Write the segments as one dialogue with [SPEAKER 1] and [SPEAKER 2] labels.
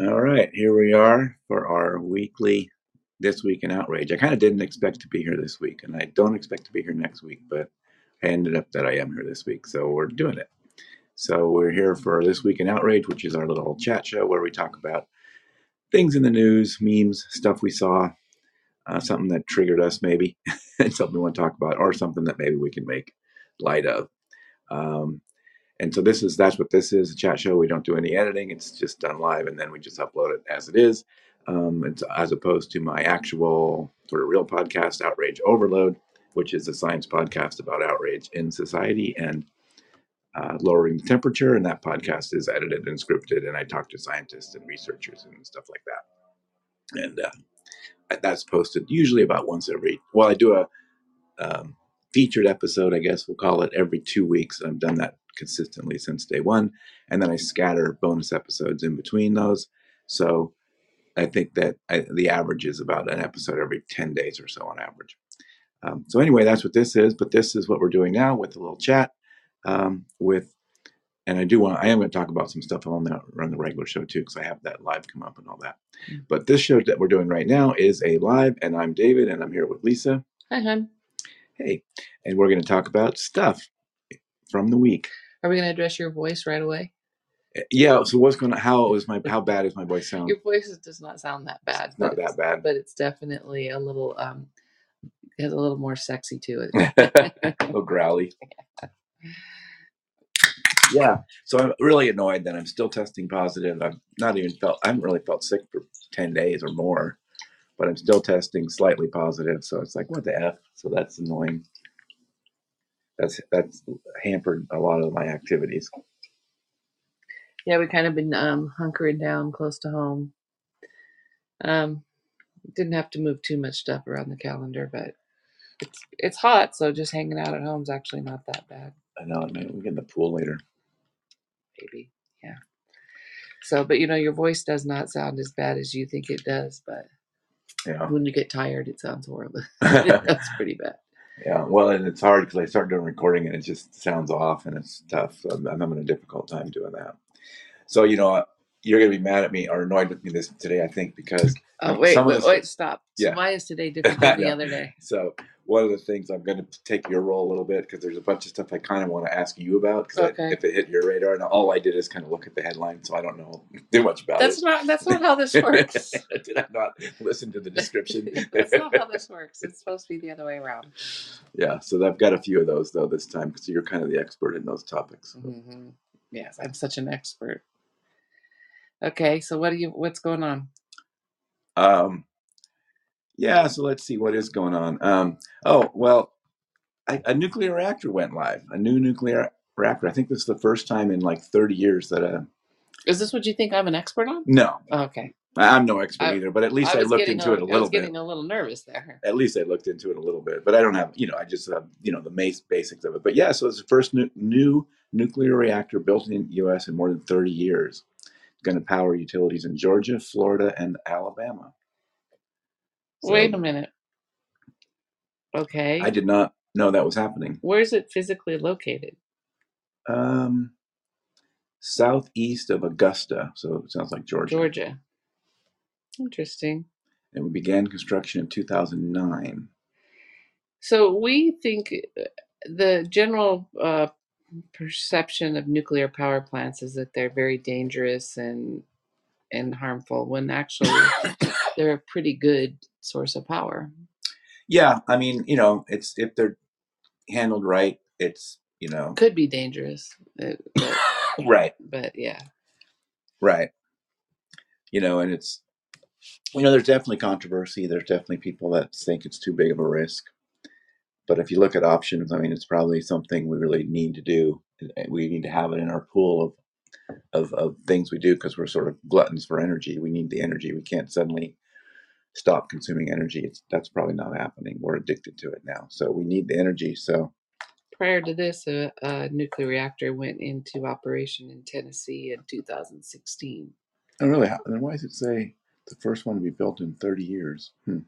[SPEAKER 1] All right, here we are for our weekly This Week in Outrage. I kind of didn't expect to be here this week, and I don't expect to be here next week, but I ended up that I am here this week, so we're doing it. So we're here for This Week in Outrage, which is our little chat show where we talk about things in the news, memes, stuff we saw, uh, something that triggered us maybe, and something we want to talk about, or something that maybe we can make light of. Um, and so this is that's what this is a chat show. We don't do any editing. It's just done live, and then we just upload it as it is. Um, it's as opposed to my actual sort of real podcast, Outrage Overload, which is a science podcast about outrage in society and uh, lowering the temperature. And that podcast is edited and scripted, and I talk to scientists and researchers and stuff like that. And uh, that's posted usually about once every. Well, I do a um, featured episode, I guess we'll call it, every two weeks. I've done that consistently since day one. And then I scatter bonus episodes in between those. So I think that I, the average is about an episode every 10 days or so on average. Um, so, anyway, that's what this is. But this is what we're doing now with a little chat. Um, with and I do want I am going to talk about some stuff on the on the regular show too because I have that live come up and all that. But this show that we're doing right now is a live, and I'm David, and I'm here with Lisa. Hi, hon. Hey, and we're going to talk about stuff from the week. Are we going to address your voice right away? Yeah. So what's going to how is my how bad is my voice sound? Your voice is- does not sound that bad. It's Um, not but that it's- bad, but it's definitely a little um it has a little more sexy to it. a little growly. Yeah. So I'm really annoyed that I'm still testing positive. I've not even felt I haven't really felt sick for ten days or more, but I'm still testing slightly positive. So it's like what the f. So that's annoying. That's that's hampered a lot of my activities. Yeah, we kind of been um, hunkering down close to home. Um, didn't have to move too much stuff around the calendar, but it's it's hot, so just hanging out at home's actually not that bad. I know. I mean, we get in the pool later. Maybe, yeah. So, but you know, your voice does not sound as bad as you think it does. But yeah. when you get tired, it sounds horrible. That's pretty bad. Yeah, well, and it's hard because I start doing recording and it just sounds off and it's tough. So I'm, I'm having a difficult time doing that. So you know, you're gonna be mad at me or annoyed with me this today, I think, because oh, wait, some of wait, the- wait, stop. So Yeah. why is today different than the Yeah. other day? So one of the things I'm gonna take your role a little bit because there's a bunch of stuff I kind of want to ask you about because okay. if it hit your radar, and all I did is kind of look at the headline, so I don't know too much about that's it. That's not that's not how this works. did I not listen to the description? that's not how this works. It's supposed to be the other way around. Yeah, so I've got a few of those though this time because you're kind of the expert in those topics. hmm Yes, I'm such an expert. Okay, so what do you what's going on? Um yeah, so let's see what is going on. Um oh, well, a, a nuclear reactor went live. A new nuclear reactor. I think this is the first time in like 30 years that a Is this what you think I'm an expert on? No. Oh, okay. I- I'm no expert
[SPEAKER 2] I,
[SPEAKER 1] either, but at least
[SPEAKER 2] I
[SPEAKER 1] I,
[SPEAKER 2] was
[SPEAKER 1] looked
[SPEAKER 2] getting
[SPEAKER 1] into
[SPEAKER 2] a,
[SPEAKER 1] it a
[SPEAKER 2] I
[SPEAKER 1] little
[SPEAKER 2] was
[SPEAKER 1] bit.
[SPEAKER 2] getting a little nervous there.
[SPEAKER 1] At least I looked into it a little bit, but I don't have, you know, I just have, you know, the base, basics of it. But yeah, so it's the first nu- new nuclear reactor built in the U.S. in more than 30 years going to power utilities in Georgia, Florida, and Alabama. Wait So- a minute. Okay. I did not know that was happening. Where is it physically located? Um, southeast of Augusta, so it sounds like Georgia. Georgia. Interesting. And we began construction in 2009. So we think uh, the general uh, perception of nuclear power plants is that they're very dangerous and and harmful when actually they're a pretty good source of power. Yeah, I mean, you know, it's if they're handled right, it's you know could be dangerous. it- but- right. But yeah. Right. You know, and it's you know, there's definitely controversy. There's definitely people that think it's too big of a risk. But if you look at options, I mean, it's probably something we really need to do. Eh, We need to have it in our pool of of, of things we do because we're sort of gluttons for energy. We need the energy. We can't suddenly stop consuming energy. It's, that's probably not happening. We're addicted to it now. So we need the energy. So prior to this, a, a nuclear reactor went into operation in Tennessee in 2016. Oh, really? How- Then why does it say the first one to be built in 30 years? Hmm.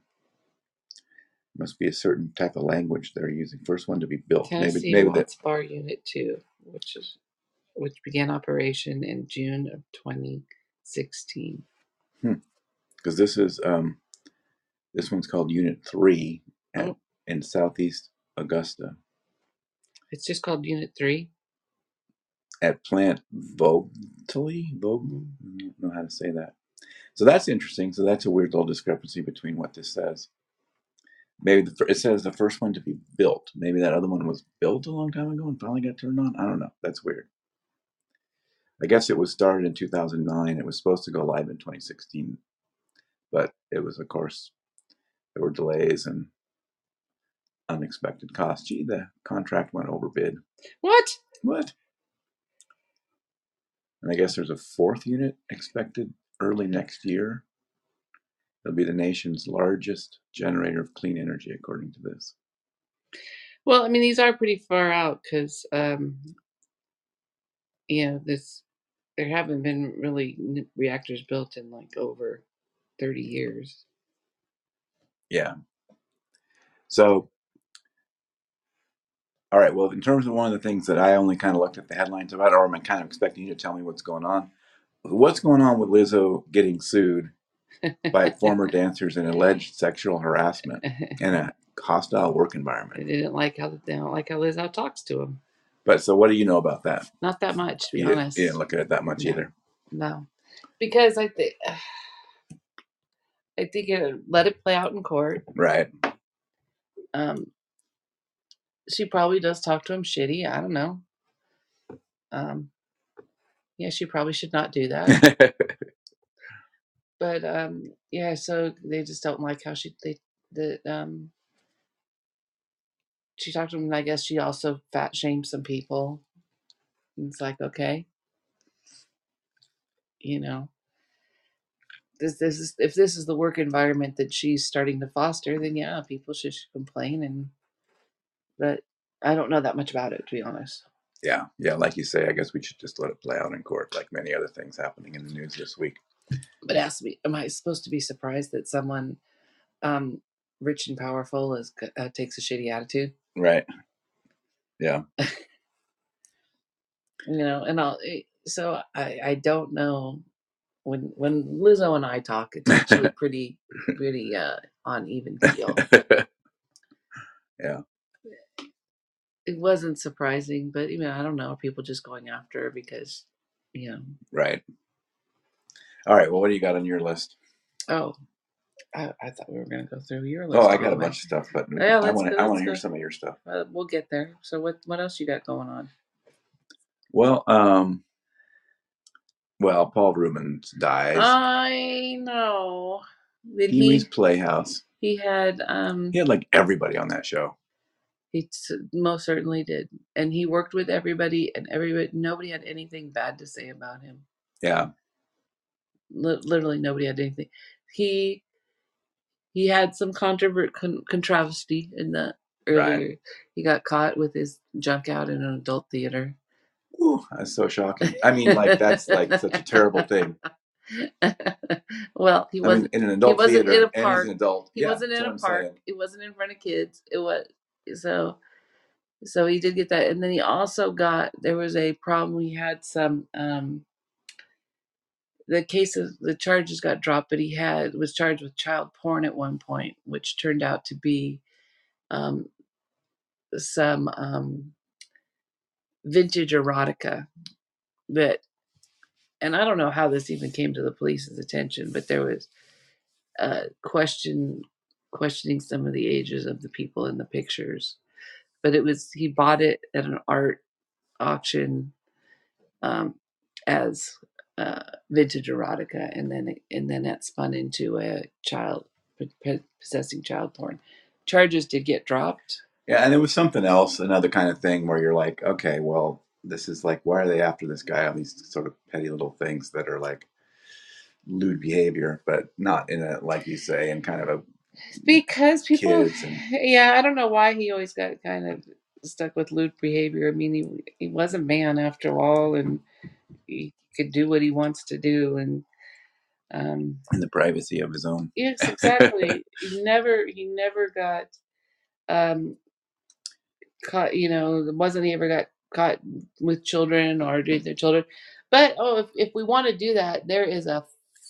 [SPEAKER 1] Must be a certain type of language they're using. First one to be built. Tennessee Oh, maybe, maybe Watts that, Bar Unit 2, which is which began operation in June of 2016.
[SPEAKER 2] Because this is um, this one's called Unit Three at Oh. in Southeast Augusta It's just called Unit Three. at Plant Vogtly. Vogel, I don't know how to say that. So that's interesting. So that's a weird little discrepancy between what this says. Maybe the, fir- it says the first one to be built. Maybe that other one was built a long time ago and finally got turned on. I don't know. That's weird. I guess it was started in 2009. It was supposed to go live in 2016, but it was, of course, there were delays and unexpected costs. Gee, the contract went overbid. What? What? And I guess there's a fourth unit expected early next year. It'll be the nation's largest generator of clean energy, according to this. Well, I mean, these are pretty far out because, um, you know, this there haven't been really n- reactors built in like over 30 years. Yeah. So, all right. Well, in terms of one of the things that I only kind of looked at the headlines about, or I'm kind of expecting you to tell me what's going on. What's going on with Lizzo getting sued by former dancers in alleged sexual harassment in a hostile work environment? They didn't like how they don't like how Lizzo talks to them. But so, what do you know about that? Not that much, to be you didn't- honest. You didn't look at it that much No. either. No, because I think I think it let it play out in court. Right. Um, she probably does talk to him shitty. I don't know. Um, yeah, she probably should not do that. but um, yeah, so they just don't like how she they that um she talked to him. And I guess she also fat shamed some people. And it's like okay, you know, this this is if this is the work environment that she's starting to foster, then yeah, people should, should complain. And but I don't know that much about it to be honest. Yeah, yeah, like you say, I guess we should just let it play out in court, like many other things happening in the news this week. But ask me, am I supposed to be surprised that someone um, rich and powerful is g- uh, takes a shitty attitude? Right. Yeah. you know, and I'll eh, so I I don't know when when Lizzo and I talk, it's actually pretty pretty uh, on even keel. yeah. It wasn't surprising, but you know, I don't know. Are people just going after her because, you know? Right. All right. Well, what do you got on your list? Oh, I, I thought we were going to go through your list. Oh, I got a bunch of stuff, but we- Oh, yeah, I want to I want to hear go. some of your stuff. Uh, we'll get there. So what what else you got going on? Well, um, well, Paul Rubens dies. I know. Oh, Did Pee Wee's he- Playhouse. He had um. He had like everybody on that show. He s- most certainly did, and he worked with everybody, and everybody nobody had anything bad to say about him. Yeah, Li- literally nobody had anything. He he had some controvert con- controversy in the Right. earlier. He got caught with his junk out in an adult theater. Ooh, that's so shocking. I mean, like that's like such a terrible thing. well, he I mean, wasn't in an adult he wasn't theater in a and as park. an adult. He Yeah, wasn't in that's a what I'm park. saying. It wasn't in front of kids. It was so so he did get that, and then he also got there was a problem. He had some um the case of the charges got dropped, but he had was charged with child porn at one point, which turned out to be um, some um, vintage erotica that, and I don't know how this even came to the police's attention, but there was uh, question questioning some of the ages of the people in the pictures. But it was he bought it at an art auction um, as uh, vintage erotica, and then it, and then that spun into a child p- p- possessing child porn. Charges did get dropped. Yeah, and it was something else, another kind of thing where you're like, okay, well, this is like, why are they after this guy on these sort of petty little things that are like lewd behavior, but not in a like you say, in kind of a because people, kids and- yeah, I don't know why he always got kind of stuck with lewd behavior. I mean, he he was a man after all, and he could do what he wants to do and um in the privacy of his own yes exactly he never he never got um caught you know wasn't he ever got caught with children or doing their children but oh if, if we want to do that there is a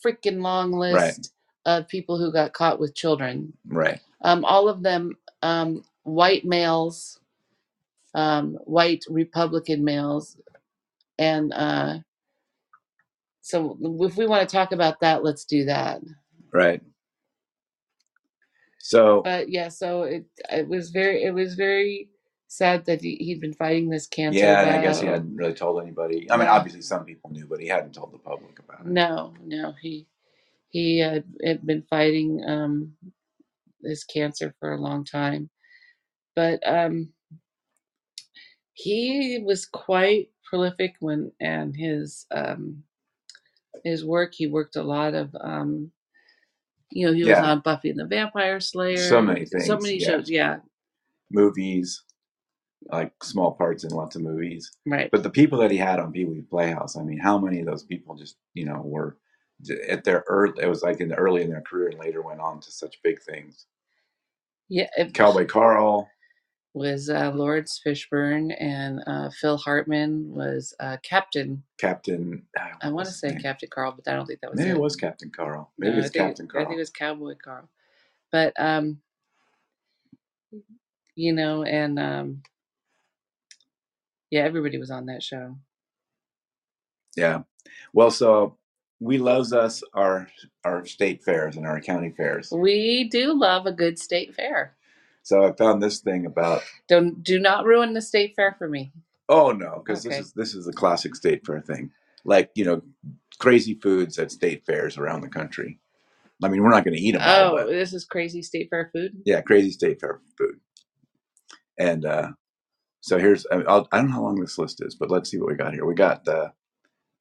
[SPEAKER 2] freaking long
[SPEAKER 1] Right.
[SPEAKER 2] list of people who got caught with children.
[SPEAKER 1] Right.
[SPEAKER 2] Um, all of them um, white males, um, white Republican males, and uh, so if we want to talk about that, let's do that.
[SPEAKER 1] Right. So
[SPEAKER 2] But yeah, so it it was very it was very sad that he, he'd been fighting this cancer
[SPEAKER 1] yeah, and I guess he
[SPEAKER 2] battle.
[SPEAKER 1] hadn't really told anybody. I mean,
[SPEAKER 2] No,
[SPEAKER 1] obviously some people knew, but he hadn't told the public about it.
[SPEAKER 2] no, no. He he had, had been fighting um, this cancer for a long time, but um, he was quite prolific when and his um, his work. He worked a lot of um, you know he was
[SPEAKER 1] Yeah.
[SPEAKER 2] on Buffy and the Vampire
[SPEAKER 1] So
[SPEAKER 2] Slayer,
[SPEAKER 1] many
[SPEAKER 2] so
[SPEAKER 1] things.
[SPEAKER 2] many
[SPEAKER 1] Yeah.
[SPEAKER 2] shows. Yeah,
[SPEAKER 1] Movies, like small parts in lots of movies.
[SPEAKER 2] right.
[SPEAKER 1] But the people that he had on Pee Wee Playhouse, I mean, how many of those people just, you know, were j- at their early, it was like in the early in their career and later went on to such big things.
[SPEAKER 2] Yeah, it
[SPEAKER 1] Cowboy Carl,
[SPEAKER 2] was uh, Lawrence Fishburne and uh, Phil Hartman was uh, Captain.
[SPEAKER 1] Captain, ah,
[SPEAKER 2] I
[SPEAKER 1] what
[SPEAKER 2] want
[SPEAKER 1] was
[SPEAKER 2] to
[SPEAKER 1] his
[SPEAKER 2] say
[SPEAKER 1] name?
[SPEAKER 2] Captain Carl, but I don't think that was
[SPEAKER 1] Maybe it
[SPEAKER 2] it.
[SPEAKER 1] was Captain Carl. Maybe
[SPEAKER 2] No, I
[SPEAKER 1] it's
[SPEAKER 2] think
[SPEAKER 1] Captain
[SPEAKER 2] I think it
[SPEAKER 1] Carl.
[SPEAKER 2] was Cowboy Carl. But um, you know, and um, yeah, everybody was on that show.
[SPEAKER 1] Yeah. Well, so we loves us our our state fairs and our county fairs.
[SPEAKER 2] We do love a good state fair.
[SPEAKER 1] So I found this thing about
[SPEAKER 2] Don't do not ruin the state fair for me.
[SPEAKER 1] oh no, because this
[SPEAKER 2] Okay.
[SPEAKER 1] is this is a classic state fair thing. Like you know, crazy foods at state fairs around the country. I mean, we're not going to eat them all,
[SPEAKER 2] Oh,
[SPEAKER 1] but
[SPEAKER 2] this is crazy state fair food.
[SPEAKER 1] yeah, crazy state fair food. And uh, so here's I- I'll, I don't know how long this list is, but let's see what we got here. We got the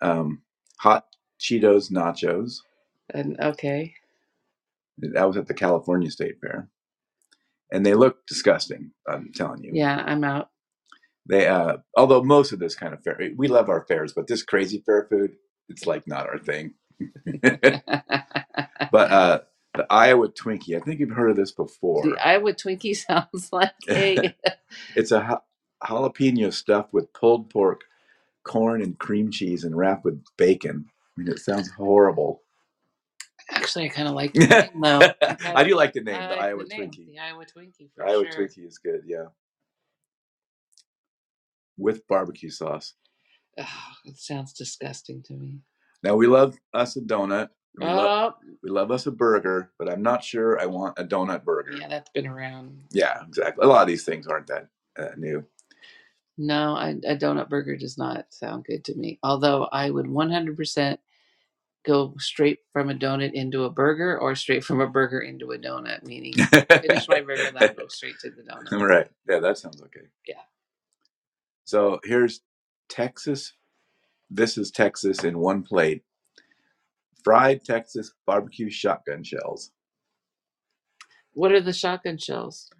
[SPEAKER 1] um, hot Cheetos nachos.
[SPEAKER 2] And okay,
[SPEAKER 1] That was at the California State Fair, and they look disgusting. I'm telling you.
[SPEAKER 2] yeah, I'm out.
[SPEAKER 1] They, uh, although most of this kind of fair, we love our fairs, but this crazy fair food, it's like not our thing. but uh, the Iowa Twinkie, I think you've heard of this
[SPEAKER 2] the
[SPEAKER 1] before.
[SPEAKER 2] Iowa Twinkie sounds like a
[SPEAKER 1] it's a ha- jalapeno stuffed with pulled pork, corn, and cream cheese, and wrapped with bacon. I mean, it sounds horrible.
[SPEAKER 2] Actually, I kind of like the name though. I
[SPEAKER 1] I
[SPEAKER 2] like
[SPEAKER 1] do like the name,
[SPEAKER 2] I
[SPEAKER 1] the
[SPEAKER 2] like the
[SPEAKER 1] Iowa
[SPEAKER 2] name,
[SPEAKER 1] Twinkie.
[SPEAKER 2] the Iowa Twinkie
[SPEAKER 1] The
[SPEAKER 2] for
[SPEAKER 1] Iowa
[SPEAKER 2] sure.
[SPEAKER 1] Twinkie is good, yeah, with barbecue sauce.
[SPEAKER 2] Ugh, it sounds disgusting to me.
[SPEAKER 1] Now we love us a donut. We love
[SPEAKER 2] Oh,
[SPEAKER 1] we love us a burger, but I'm not sure I want a donut burger.
[SPEAKER 2] yeah, that's been around.
[SPEAKER 1] Yeah, exactly. A lot of these things aren't that uh, new.
[SPEAKER 2] No, I, a donut burger does not sound good to me. Although I would 100% go straight from a donut into a burger or straight from a burger into a donut, meaning finish my burger, then I'll go straight to the donut.
[SPEAKER 1] All right. Yeah, that sounds okay.
[SPEAKER 2] Yeah.
[SPEAKER 1] So here's Texas. This is Texas in one plate. Fried Texas barbecue shotgun shells.
[SPEAKER 2] What are the shotgun shells?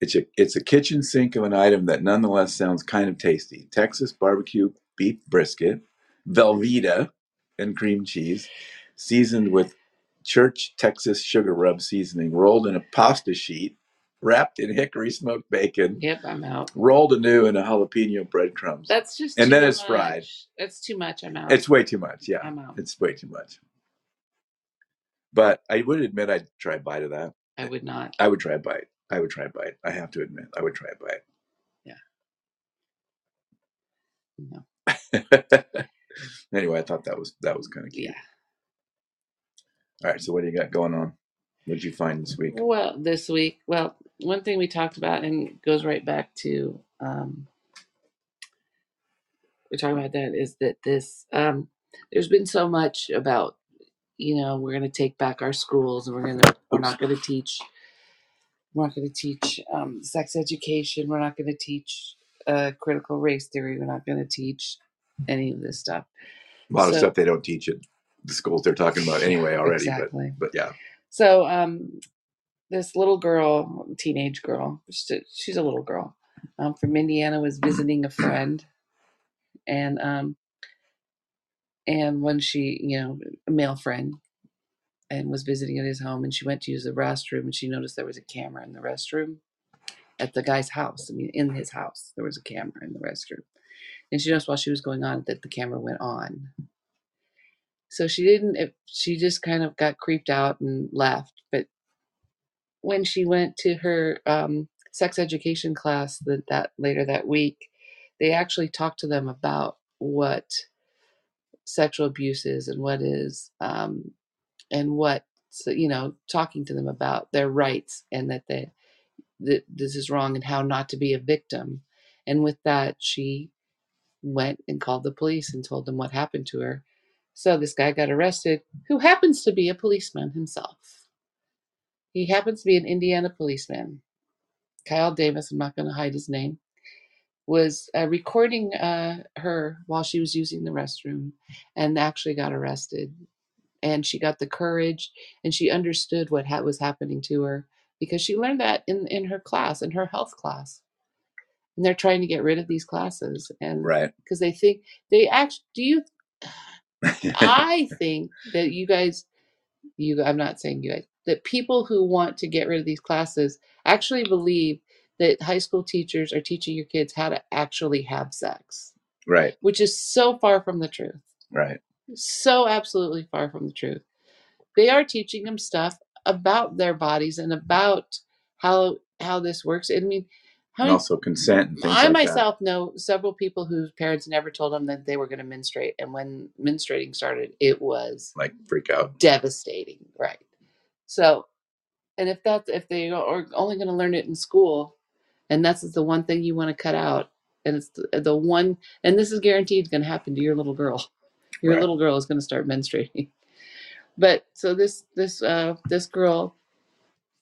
[SPEAKER 1] It's a it's a kitchen sink of an item that nonetheless sounds kind of tasty. Texas barbecue beef brisket, Velveeta, and cream cheese, seasoned with church Texas sugar rub seasoning, rolled in a pasta sheet, wrapped in hickory smoked bacon,
[SPEAKER 2] Yep, I'm out.
[SPEAKER 1] rolled anew in a jalapeno breadcrumbs,
[SPEAKER 2] That's just
[SPEAKER 1] and
[SPEAKER 2] too
[SPEAKER 1] then it's fried.
[SPEAKER 2] much. That's too much. I'm out.
[SPEAKER 1] It's way too much. Yeah,
[SPEAKER 2] I'm out.
[SPEAKER 1] it's way too much. But I would admit I'd try a bite of that.
[SPEAKER 2] I would not.
[SPEAKER 1] I would try a bite. I would try a bite. I have to admit, I would try a
[SPEAKER 2] Yeah, no.
[SPEAKER 1] bite. anyway, I thought that was that was kind of
[SPEAKER 2] Yeah.
[SPEAKER 1] cute. All right, so what do you got going on? What'd you find this week?
[SPEAKER 2] Well, this week, well, one thing we talked about and goes right back to um, we're talking about that is that this um, there's been so much about you know we're going to take back our schools and we're going to we're
[SPEAKER 1] Oops.
[SPEAKER 2] not going to teach we're not going to teach um, sex education we're not going to teach uh, critical race theory we're not going to teach any of this stuff
[SPEAKER 1] A lot of
[SPEAKER 2] so
[SPEAKER 1] stuff they don't teach at the schools they're talking about
[SPEAKER 2] yeah
[SPEAKER 1] anyway already, but
[SPEAKER 2] exactly
[SPEAKER 1] but yeah.
[SPEAKER 2] so um, this little girl, teenage girl, she's a, she's a little girl um, from Indiana, was visiting a friend, and um, and when she, you know, a male friend, and was visiting at his home, and she went to use the restroom, and she noticed there was a camera in the restroom at the guy's house. I mean, in his house, there was a camera in the restroom, and she noticed while she was going on that the camera went on, So she didn't, if- she just kind of got creeped out and left. But when she went to her um, sex education class that, that later that week, they actually talked to them about what sexual abuse is and what is um, and what so, you know talking to them about their rights and that they that this is wrong and how not to be a victim and with that she went and called the police and told them what happened to her so this guy got arrested who happens to be a policeman himself he happens to be an indiana policeman kyle davis i'm not going to hide his name was uh, recording uh, her while she was using the restroom and actually got arrested and she got the courage and she understood what ha- was happening to her because she learned that in, in her class in her health class and they're trying to get rid of these classes and
[SPEAKER 1] Right.
[SPEAKER 2] because they think they actually do you i think that you guys you i'm not saying you guys that people who want to get rid of these classes actually believe that high school teachers are teaching your kids how to actually have sex
[SPEAKER 1] right.
[SPEAKER 2] which is so far from the truth
[SPEAKER 1] Right.
[SPEAKER 2] so absolutely far from the truth they are teaching them stuff about their bodies and about how how this works. I mean, how
[SPEAKER 1] And
[SPEAKER 2] many
[SPEAKER 1] also consent and things like
[SPEAKER 2] I
[SPEAKER 1] that.
[SPEAKER 2] myself know several people whose parents never told them that they were going to menstruate, and when menstruating started, it was
[SPEAKER 1] Like freak out.
[SPEAKER 2] devastating. Right. So, and if that's if they are only going to learn it in school, and that's the one thing you want to cut out, and it's the, the one, and this is guaranteed going to happen to your little girl. Your
[SPEAKER 1] Right.
[SPEAKER 2] little girl is going to start menstruating but so this this uh this girl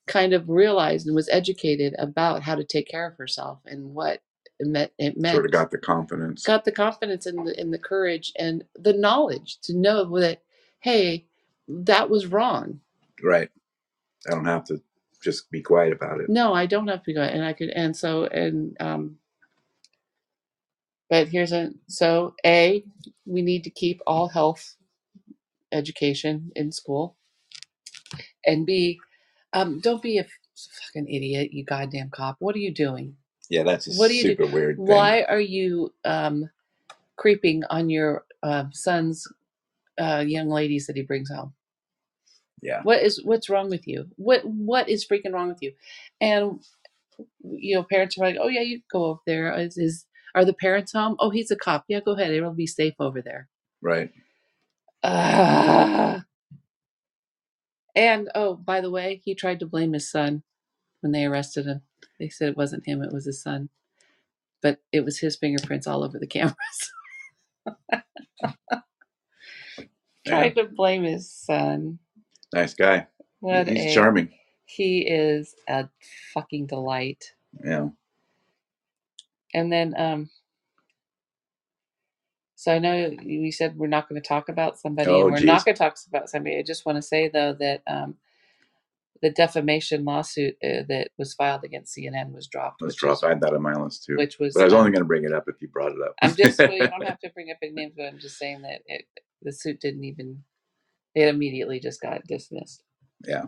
[SPEAKER 2] kind of realized and was educated about how to take care of herself and what it meant, it
[SPEAKER 1] Sort of
[SPEAKER 2] meant
[SPEAKER 1] got the confidence.
[SPEAKER 2] got the confidence and the, and the courage and the knowledge to know that hey that was wrong
[SPEAKER 1] Right. I don't have to just be quiet about it.
[SPEAKER 2] no i don't have to go and i could and so and um but here's a so a we need to keep all health education in school and b um don't be a fucking idiot you goddamn cop what are you doing
[SPEAKER 1] Yeah, that's a
[SPEAKER 2] what do you do
[SPEAKER 1] super weird thing.
[SPEAKER 2] why are you um creeping on your uh, son's uh, young ladies that he brings home
[SPEAKER 1] Yeah.
[SPEAKER 2] what is what's wrong with you what what is freaking wrong with you and you know parents are like oh yeah you can go over there is, is are the parents home oh he's a cop yeah go ahead it'll be safe over there
[SPEAKER 1] Right.
[SPEAKER 2] Ah. and oh by the way he tried to blame his son when they arrested him they said it wasn't him it was his son but it was his fingerprints all over the cameras
[SPEAKER 1] Yeah.
[SPEAKER 2] tried to blame his son
[SPEAKER 1] Nice guy. He-
[SPEAKER 2] What
[SPEAKER 1] He's
[SPEAKER 2] a
[SPEAKER 1] charming.
[SPEAKER 2] he is a fucking delight.
[SPEAKER 1] Yeah.
[SPEAKER 2] And then um so I know we said we're not going to talk about somebody and
[SPEAKER 1] Oh,
[SPEAKER 2] we're not
[SPEAKER 1] geez.
[SPEAKER 2] going to talk about somebody. I just want to say though that um the defamation lawsuit uh, that was filed against CNN was dropped,
[SPEAKER 1] Let's
[SPEAKER 2] which
[SPEAKER 1] drop.
[SPEAKER 2] is
[SPEAKER 1] I had that on my list too.
[SPEAKER 2] which
[SPEAKER 1] But I
[SPEAKER 2] was
[SPEAKER 1] was only
[SPEAKER 2] um
[SPEAKER 1] going to bring it up if you brought
[SPEAKER 2] I'm just
[SPEAKER 1] it
[SPEAKER 2] well, you
[SPEAKER 1] up.
[SPEAKER 2] don't have to bring up big names, but I'm just saying that it the suit didn't even it immediately just got dismissed.
[SPEAKER 1] yeah.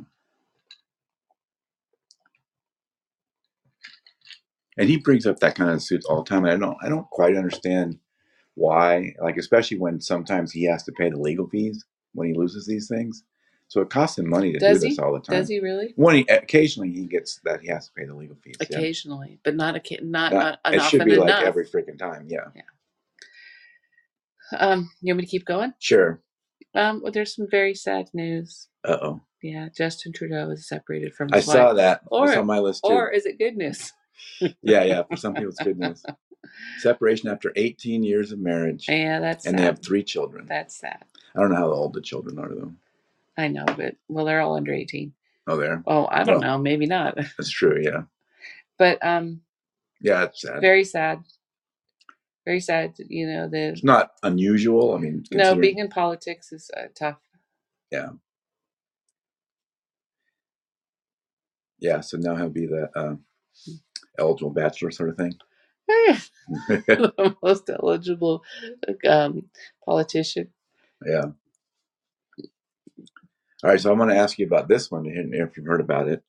[SPEAKER 1] And he brings up that kind of suits all the time. And I don't. I don't quite understand why. Like especially when sometimes he has to pay the legal fees when he loses these things. So it costs him money to do
[SPEAKER 2] Does
[SPEAKER 1] this
[SPEAKER 2] he?
[SPEAKER 1] all the
[SPEAKER 2] Does
[SPEAKER 1] time.
[SPEAKER 2] he really?
[SPEAKER 1] When he occasionally he gets that he has to pay the legal fees. Yeah.
[SPEAKER 2] Occasionally, but not a not
[SPEAKER 1] Not.
[SPEAKER 2] uh, and
[SPEAKER 1] It should
[SPEAKER 2] often
[SPEAKER 1] be like
[SPEAKER 2] enough.
[SPEAKER 1] every freaking time. Yeah.
[SPEAKER 2] Yeah. Um, you want me to keep going?
[SPEAKER 1] Sure.
[SPEAKER 2] Um, well, there's some very sad news.
[SPEAKER 1] Uh oh.
[SPEAKER 2] Yeah, Justin Trudeau is separated from
[SPEAKER 1] I
[SPEAKER 2] his wife.
[SPEAKER 1] saw that. That's
[SPEAKER 2] Or,
[SPEAKER 1] on my list too.
[SPEAKER 2] or is it good news?
[SPEAKER 1] Yeah. Yeah. For some people, it's good news. Separation after 18 years of marriage,
[SPEAKER 2] yeah, that's
[SPEAKER 1] and they
[SPEAKER 2] sad.
[SPEAKER 1] have three children.
[SPEAKER 2] That's sad.
[SPEAKER 1] I don't know how old the children are, though.
[SPEAKER 2] I know, but well, they're all under eighteen.
[SPEAKER 1] Oh, there.
[SPEAKER 2] Oh, I don't
[SPEAKER 1] Oh,
[SPEAKER 2] know. Maybe not.
[SPEAKER 1] that's true. Yeah,
[SPEAKER 2] But um,
[SPEAKER 1] yeah, it's sad.
[SPEAKER 2] very sad. Very sad. You know the
[SPEAKER 1] It's not unusual. I mean,
[SPEAKER 2] no
[SPEAKER 1] considering.
[SPEAKER 2] being in politics is uh, tough.
[SPEAKER 1] Yeah, yeah. So now he'll be the uh, eligible bachelor sort of thing.
[SPEAKER 2] the most eligible um, politician.
[SPEAKER 1] yeah. All right. So I'm going to ask you about this one, and if you've heard about it,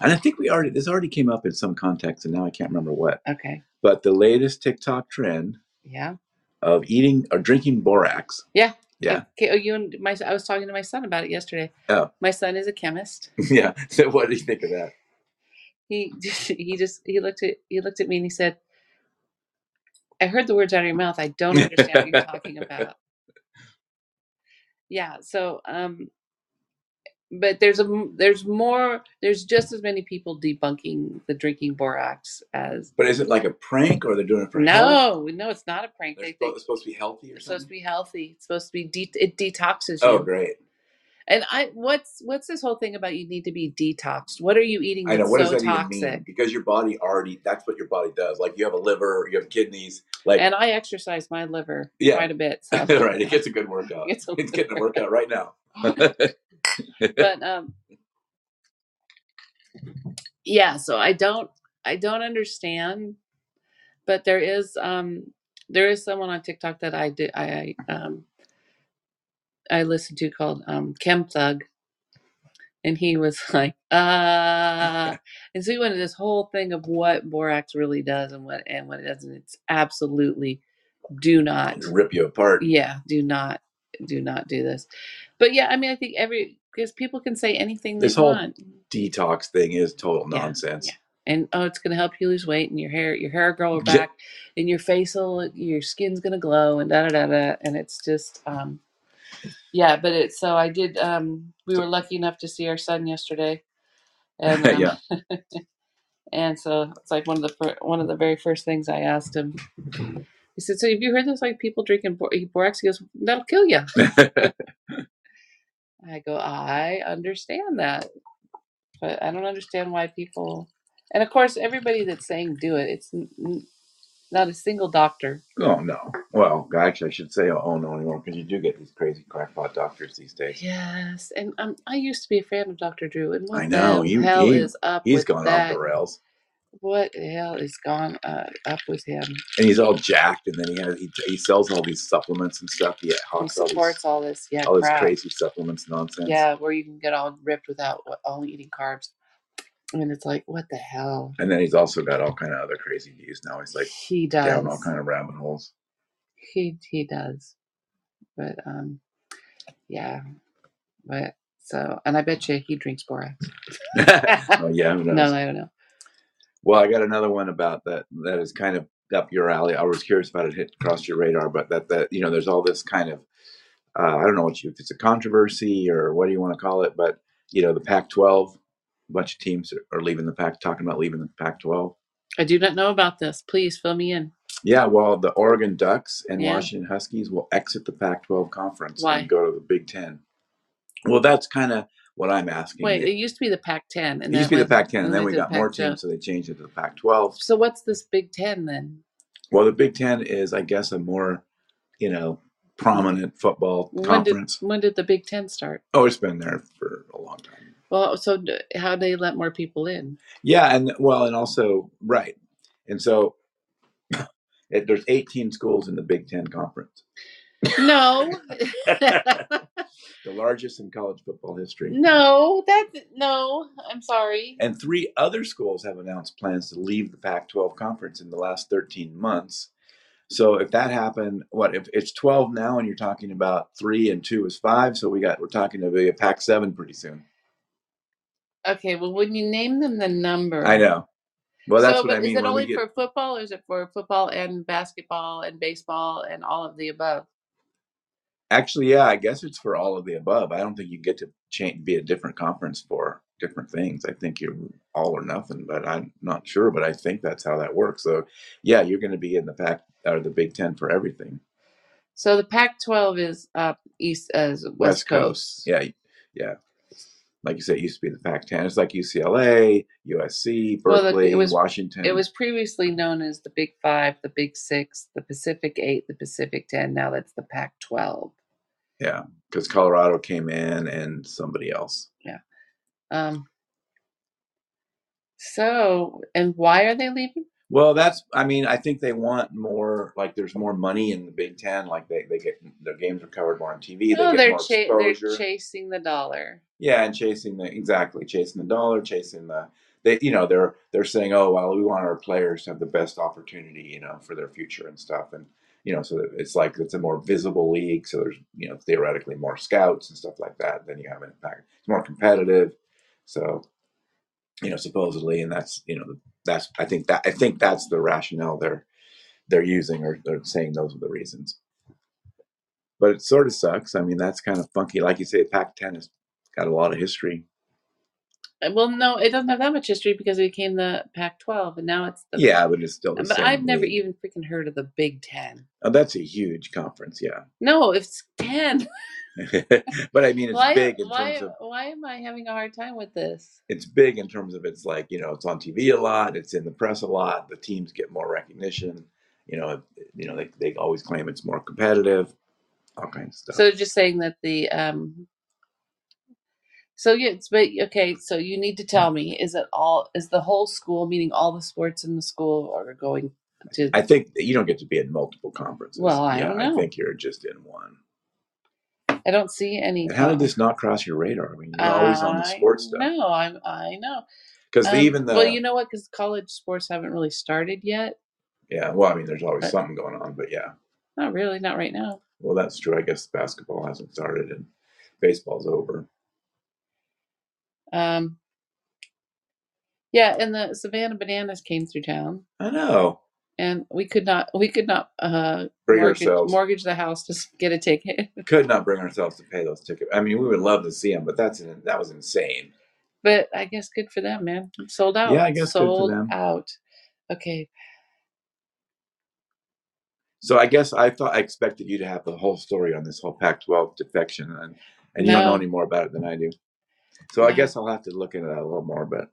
[SPEAKER 1] and I think we already this already came up in some context, and now I can't remember what.
[SPEAKER 2] Okay.
[SPEAKER 1] But the latest TikTok trend
[SPEAKER 2] Yeah.
[SPEAKER 1] of eating or drinking borax
[SPEAKER 2] Yeah.
[SPEAKER 1] Yeah.
[SPEAKER 2] Okay, oh, you and my I was talking to my son about it yesterday.
[SPEAKER 1] Oh,
[SPEAKER 2] My son is a chemist.
[SPEAKER 1] yeah. So what do you think of that?
[SPEAKER 2] He he just he looked at he looked at me and he said, "I heard the words out of your mouth. I don't understand what you're talking about." Yeah. So, um, but there's a m- there's more there's just as many people debunking the drinking borax as
[SPEAKER 1] but is it like a prank, or they're doing it for health?
[SPEAKER 2] no no it's not a prank.
[SPEAKER 1] They're
[SPEAKER 2] They
[SPEAKER 1] supposed,
[SPEAKER 2] think
[SPEAKER 1] it's supposed to be healthy or
[SPEAKER 2] it's supposed to
[SPEAKER 1] something.
[SPEAKER 2] be healthy. It's supposed to be de- it detoxes
[SPEAKER 1] Oh,
[SPEAKER 2] you.
[SPEAKER 1] great!
[SPEAKER 2] And I what's what's this whole thing about you need to be detoxed? What are you eating
[SPEAKER 1] I know.
[SPEAKER 2] that's
[SPEAKER 1] What does
[SPEAKER 2] so
[SPEAKER 1] that even mean?
[SPEAKER 2] toxic?
[SPEAKER 1] Because your body already—that's what your body does. Like you have a liver, you have kidneys. Like
[SPEAKER 2] And I exercise my liver
[SPEAKER 1] yeah,
[SPEAKER 2] quite a bit, so
[SPEAKER 1] right. It gets a good workout.
[SPEAKER 2] it's a
[SPEAKER 1] It's
[SPEAKER 2] liver.
[SPEAKER 1] getting a workout right now.
[SPEAKER 2] But um yeah, so I don't I don't understand, but there is um there is someone on TikTok that I do I, I um I listen to called um Chem Thug and he was like, uh and so he went into this whole thing of what borax really does and what and what it doesn't. It's absolutely do not
[SPEAKER 1] Rip you apart.
[SPEAKER 2] yeah do not do not do this but yeah i mean i think every because people can say anything they
[SPEAKER 1] This whole
[SPEAKER 2] want
[SPEAKER 1] detox thing is total
[SPEAKER 2] yeah yeah
[SPEAKER 1] nonsense.
[SPEAKER 2] and oh it's going to help you lose weight and your hair your hair grow
[SPEAKER 1] J-
[SPEAKER 2] back and your facial your skin's going to glow and da da da da and it's just um yeah but it's so i did um we were lucky enough to see our son yesterday and um
[SPEAKER 1] yeah.
[SPEAKER 2] and so it's like one of the fir- one of the very first things i asked him he said so have you heard this like people drinking bor- borax he goes that'll kill you i go i understand that but I don't understand why people. And of course, everybody that's saying do it, it's n- n- not a single doctor.
[SPEAKER 1] oh no. Well, actually, I should say oh no anymore because you do get these crazy crackpot doctors these days.
[SPEAKER 2] Yes, and um, I used to be a fan of Dr. Drew, and what
[SPEAKER 1] I know.
[SPEAKER 2] the
[SPEAKER 1] He
[SPEAKER 2] hell
[SPEAKER 1] he
[SPEAKER 2] is up
[SPEAKER 1] he's
[SPEAKER 2] with
[SPEAKER 1] gone off the
[SPEAKER 2] that?
[SPEAKER 1] rails,
[SPEAKER 2] What the hell is gone uh, up with him?
[SPEAKER 1] and he's all jacked, and then he has, he he sells all these supplements and stuff. He
[SPEAKER 2] He
[SPEAKER 1] hawks all these
[SPEAKER 2] supports all this, yeah,
[SPEAKER 1] all this
[SPEAKER 2] crap,
[SPEAKER 1] crazy supplements nonsense.
[SPEAKER 2] yeah, where you can get all ripped without what- only eating carbs. And it's like, what the hell?
[SPEAKER 1] And then he's also got all kind of other crazy views now. He's like
[SPEAKER 2] He
[SPEAKER 1] down all
[SPEAKER 2] does,
[SPEAKER 1] kind of rabbit holes.
[SPEAKER 2] he he does, but um, yeah, but so, and I bet you he drinks borax.
[SPEAKER 1] oh yeah, who knows?
[SPEAKER 2] no, I don't know.
[SPEAKER 1] Well, I got another one about that that is kind of up your alley. I was curious about it hit across your radar, but that that you know, there's all this kind of uh, I don't know what you if it's a controversy or what do you want to call it, but you know, the Pac-12, a bunch of teams are, are leaving the Pac, talking about leaving the Pac-12.
[SPEAKER 2] I do not know about this. Please fill me in.
[SPEAKER 1] Yeah, well, the Oregon Ducks and
[SPEAKER 2] Yeah.
[SPEAKER 1] Washington Huskies will exit the Pac-12 conference and
[SPEAKER 2] Why?
[SPEAKER 1] go to the Big Ten. Well, that's kind of what I'm asking.
[SPEAKER 2] Wait,
[SPEAKER 1] They,
[SPEAKER 2] it used to be the Pac 10,
[SPEAKER 1] it
[SPEAKER 2] and then
[SPEAKER 1] used
[SPEAKER 2] it
[SPEAKER 1] to be the
[SPEAKER 2] went,
[SPEAKER 1] Pac-10,
[SPEAKER 2] then
[SPEAKER 1] and
[SPEAKER 2] it
[SPEAKER 1] then
[SPEAKER 2] went
[SPEAKER 1] we
[SPEAKER 2] to the
[SPEAKER 1] got
[SPEAKER 2] Pac
[SPEAKER 1] more
[SPEAKER 2] 12.
[SPEAKER 1] teams, so they changed it to the Pac-12.
[SPEAKER 2] So what's this Big 10 then?
[SPEAKER 1] Well, the Big Ten is, I guess, a more you know prominent football
[SPEAKER 2] When did
[SPEAKER 1] conference.
[SPEAKER 2] when did the Big 10 start?
[SPEAKER 1] Oh, it's been there for a long time.
[SPEAKER 2] Well, so d- how they let more people in?
[SPEAKER 1] Yeah, and well, and also right, and so it, there's 18 schools in the Big Ten conference,
[SPEAKER 2] No.
[SPEAKER 1] the largest in college football history.
[SPEAKER 2] no, that's no. I'm sorry.
[SPEAKER 1] And three other schools have announced plans to leave the Pac-12 conference in the last 13 months. So if that happened, what if it's 12 now, and you're talking about three and two is five, so we got we're talking to be a Pac-7 pretty soon.
[SPEAKER 2] Okay, well, when you name them the
[SPEAKER 1] I
[SPEAKER 2] number.
[SPEAKER 1] know. Well, that's
[SPEAKER 2] So,
[SPEAKER 1] what I
[SPEAKER 2] but is
[SPEAKER 1] mean. When
[SPEAKER 2] it
[SPEAKER 1] we
[SPEAKER 2] only
[SPEAKER 1] get
[SPEAKER 2] for football or is it for football and basketball and baseball and all of the above?
[SPEAKER 1] actually, yeah, I guess it's for all of the above. I don't think you get to change be a different conference for different things. I think you're all or nothing, but I'm not sure. But I think that's how that works. So, yeah, you're going to be in the pack or the Big Ten for everything.
[SPEAKER 2] So the Pac-12 is up east as West
[SPEAKER 1] West Coast,
[SPEAKER 2] Coast.
[SPEAKER 1] yeah, yeah. Like you said, it used to be the Pac-10. It's like UCLA, USC,
[SPEAKER 2] Well, the, it
[SPEAKER 1] Berkeley,
[SPEAKER 2] was it
[SPEAKER 1] Washington.
[SPEAKER 2] was previously known as the Big Five, the Big Six, the Pacific Eight, the Pacific Ten. Now that's the Pac-12.
[SPEAKER 1] Yeah, because Colorado came in and somebody else.
[SPEAKER 2] Yeah. Um. So, and why are they leaving?
[SPEAKER 1] Well, that's. I mean, I think they want more. Like, there's more money in the Big Ten. Like, they, they get their games are covered more on TV. They
[SPEAKER 2] Oh,
[SPEAKER 1] get
[SPEAKER 2] they're
[SPEAKER 1] more
[SPEAKER 2] cha- they're
[SPEAKER 1] exposure.
[SPEAKER 2] chasing the dollar.
[SPEAKER 1] Yeah, and chasing the exactly chasing the dollar, chasing the they. You know, they're they're saying, oh well, we want our players to have the best opportunity, you know, for their future and stuff. And you know, so that it's like it's a more visible league. So there's, you know, theoretically more scouts and stuff like that. Then you have an impact. It's more competitive. So, you know, supposedly, and that's, you know, that's, I think that, I think that's the rationale they're, they're using or they're saying those are the reasons. But it sort of sucks. I mean, that's kind of funky. Like you say, Pac 10 has got a lot of history.
[SPEAKER 2] Uh, Well, no, it doesn't have that much history because it became the Pac-12, and now it's the.
[SPEAKER 1] Yeah, but it's still the
[SPEAKER 2] But I've
[SPEAKER 1] same
[SPEAKER 2] never e
[SPEAKER 1] league.
[SPEAKER 2] even freaking heard of the Big Ten.
[SPEAKER 1] Oh, that's a huge conference. Yeah.
[SPEAKER 2] No, it's ten.
[SPEAKER 1] but I mean, it's
[SPEAKER 2] Why?
[SPEAKER 1] big in terms
[SPEAKER 2] Why?
[SPEAKER 1] of,
[SPEAKER 2] Why am I having a hard time with this?
[SPEAKER 1] it's big in terms of it's like you know it's on TV a lot, it's in the press a lot. The teams get more recognition. You know, you know they, they always claim it's more competitive, all kinds of stuff.
[SPEAKER 2] So just saying that the um. So yeah, it's but okay. So you need to tell me: is it all? Is the whole school, meaning all the sports in the school, are going to?
[SPEAKER 1] I think that you don't get to be in multiple conferences.
[SPEAKER 2] Well, I
[SPEAKER 1] Yeah,
[SPEAKER 2] don't
[SPEAKER 1] I
[SPEAKER 2] know.
[SPEAKER 1] think you're just in one.
[SPEAKER 2] I don't see any.
[SPEAKER 1] And how did
[SPEAKER 2] Oh,
[SPEAKER 1] this not cross your radar? I mean, you're always on the
[SPEAKER 2] I
[SPEAKER 1] sports stuff
[SPEAKER 2] know. I'm. I know.
[SPEAKER 1] because
[SPEAKER 2] Um.
[SPEAKER 1] even
[SPEAKER 2] Well,
[SPEAKER 1] the
[SPEAKER 2] you know what? Because college sports haven't really started yet.
[SPEAKER 1] yeah, well, I mean, there's always
[SPEAKER 2] But
[SPEAKER 1] something going on, but yeah,
[SPEAKER 2] not really. Not right now.
[SPEAKER 1] well, that's true. I guess basketball hasn't started and baseball's over.
[SPEAKER 2] Um. Yeah, and the Savannah Bananas came through town,
[SPEAKER 1] I know.
[SPEAKER 2] and we could not we could not uh
[SPEAKER 1] Bring
[SPEAKER 2] mortgage
[SPEAKER 1] ourselves
[SPEAKER 2] mortgage the house to s- get a ticket.
[SPEAKER 1] could not bring ourselves to pay those tickets. I mean, we would love to see them, but that's an, that was insane.
[SPEAKER 2] But I guess good for them, man. Sold
[SPEAKER 1] Yeah,
[SPEAKER 2] out,
[SPEAKER 1] I guess good for
[SPEAKER 2] sold
[SPEAKER 1] them.
[SPEAKER 2] out. Okay,
[SPEAKER 1] So I guess I thought I expected you to have the whole story on this whole Pac-12 defection, and and you don't know
[SPEAKER 2] no,
[SPEAKER 1] any more about it than I do. So I
[SPEAKER 2] no,
[SPEAKER 1] guess I'll have to look into that a little more. But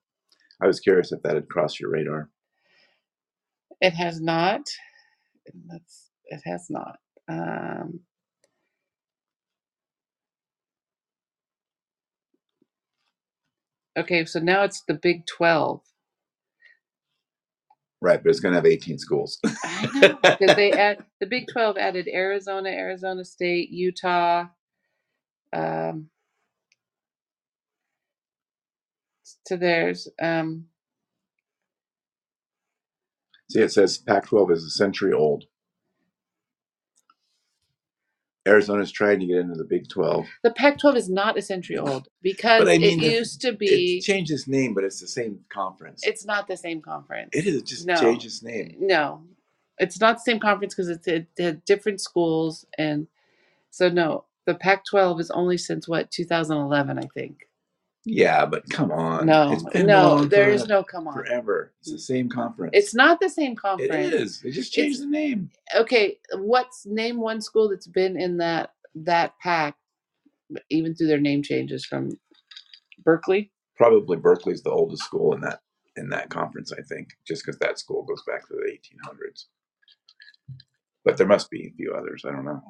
[SPEAKER 1] I was curious if that had crossed your radar.
[SPEAKER 2] it has not. That's it has not. Um, okay, so now it's the Big Twelve.
[SPEAKER 1] Right, but it's going to have 18 schools.
[SPEAKER 2] I know because they add the Big Twelve added Arizona, Arizona State, Utah, um, to theirs. Um,
[SPEAKER 1] see, it says Pac-12 is a century old. Arizona's trying to get into the Big 12,
[SPEAKER 2] The Pac 12 is not a century old
[SPEAKER 1] but
[SPEAKER 2] because
[SPEAKER 1] I
[SPEAKER 2] it
[SPEAKER 1] mean, the,
[SPEAKER 2] used to
[SPEAKER 1] it
[SPEAKER 2] be,
[SPEAKER 1] changed its name, but it's the same conference.
[SPEAKER 2] it's not the same
[SPEAKER 1] It
[SPEAKER 2] conference.
[SPEAKER 1] is it just changed
[SPEAKER 2] No,
[SPEAKER 1] its name.
[SPEAKER 2] no. It's not the same conference because it's it had different schools. And so, no, the Pac 12 is only since what, 2011, I think.
[SPEAKER 1] Yeah, but come on. Uh, It's
[SPEAKER 2] No,
[SPEAKER 1] been going
[SPEAKER 2] no,
[SPEAKER 1] on
[SPEAKER 2] there is
[SPEAKER 1] for
[SPEAKER 2] no come on.
[SPEAKER 1] forever. It's the same
[SPEAKER 2] It's
[SPEAKER 1] conference.
[SPEAKER 2] not the same
[SPEAKER 1] It
[SPEAKER 2] conference.
[SPEAKER 1] is. They just
[SPEAKER 2] It's
[SPEAKER 1] changed the name.
[SPEAKER 2] okay. What's name one school that's been in that that pack, even through their name changes from Berkeley?
[SPEAKER 1] Probably Berkeley's the oldest school in that in that conference, I think, just because that school goes back to the 1800s. But there must be a few others. I don't know.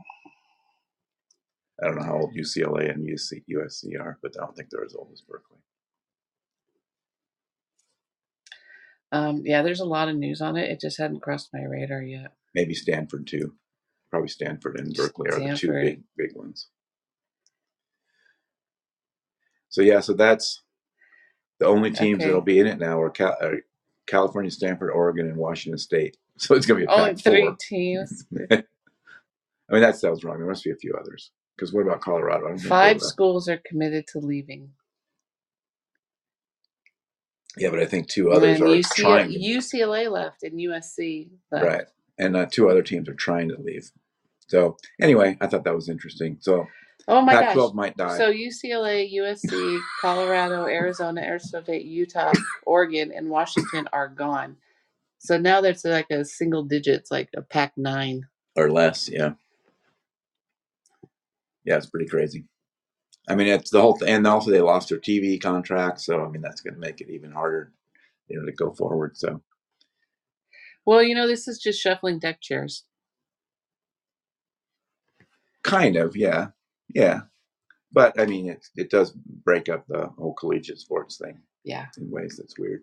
[SPEAKER 1] I don't know how old UCLA and UC, USC are, but I don't think they're as old as Berkeley.
[SPEAKER 2] Um, yeah, there's a lot of news on it. It just hadn't crossed my radar yet.
[SPEAKER 1] Maybe Stanford too. Probably Stanford and
[SPEAKER 2] Just
[SPEAKER 1] Berkeley are the two
[SPEAKER 2] Stanford.
[SPEAKER 1] big big ones. So yeah, so that's the only teams that'll
[SPEAKER 2] Okay.
[SPEAKER 1] be in it now are, Cal- are California, Stanford, Oregon, and Washington State. So it's going to be a
[SPEAKER 2] Only
[SPEAKER 1] pack
[SPEAKER 2] Oh, three
[SPEAKER 1] four.
[SPEAKER 2] teams.
[SPEAKER 1] I mean, that sounds wrong. There must be a few others. Because what about Colorado? I don't think they're
[SPEAKER 2] Five
[SPEAKER 1] the.
[SPEAKER 2] schools are committed to leaving.
[SPEAKER 1] Yeah, but I think two others
[SPEAKER 2] When
[SPEAKER 1] are
[SPEAKER 2] UCLA,
[SPEAKER 1] trying to.
[SPEAKER 2] UCLA left and USC left.
[SPEAKER 1] Right. And uh, two other teams are trying to leave. So anyway, I thought that was interesting. So
[SPEAKER 2] Oh my
[SPEAKER 1] Pac
[SPEAKER 2] gosh.
[SPEAKER 1] 12 might die.
[SPEAKER 2] So UCLA, USC, Colorado, Arizona, Arizona State, Utah, Oregon, and Washington are gone. So now there's like a single digits, like a pack nine.
[SPEAKER 1] Or less. Yeah. Yeah, it's pretty crazy. I mean, it's the whole thing. And also, they lost their TV contract. So, I mean, that's going to make it even harder, you know, to go forward. So,
[SPEAKER 2] Well, you know, this is just shuffling deck chairs.
[SPEAKER 1] kind of. Yeah. Yeah. But I mean, it it does break up the whole collegiate sports thing
[SPEAKER 2] Yeah.
[SPEAKER 1] in ways that's weird.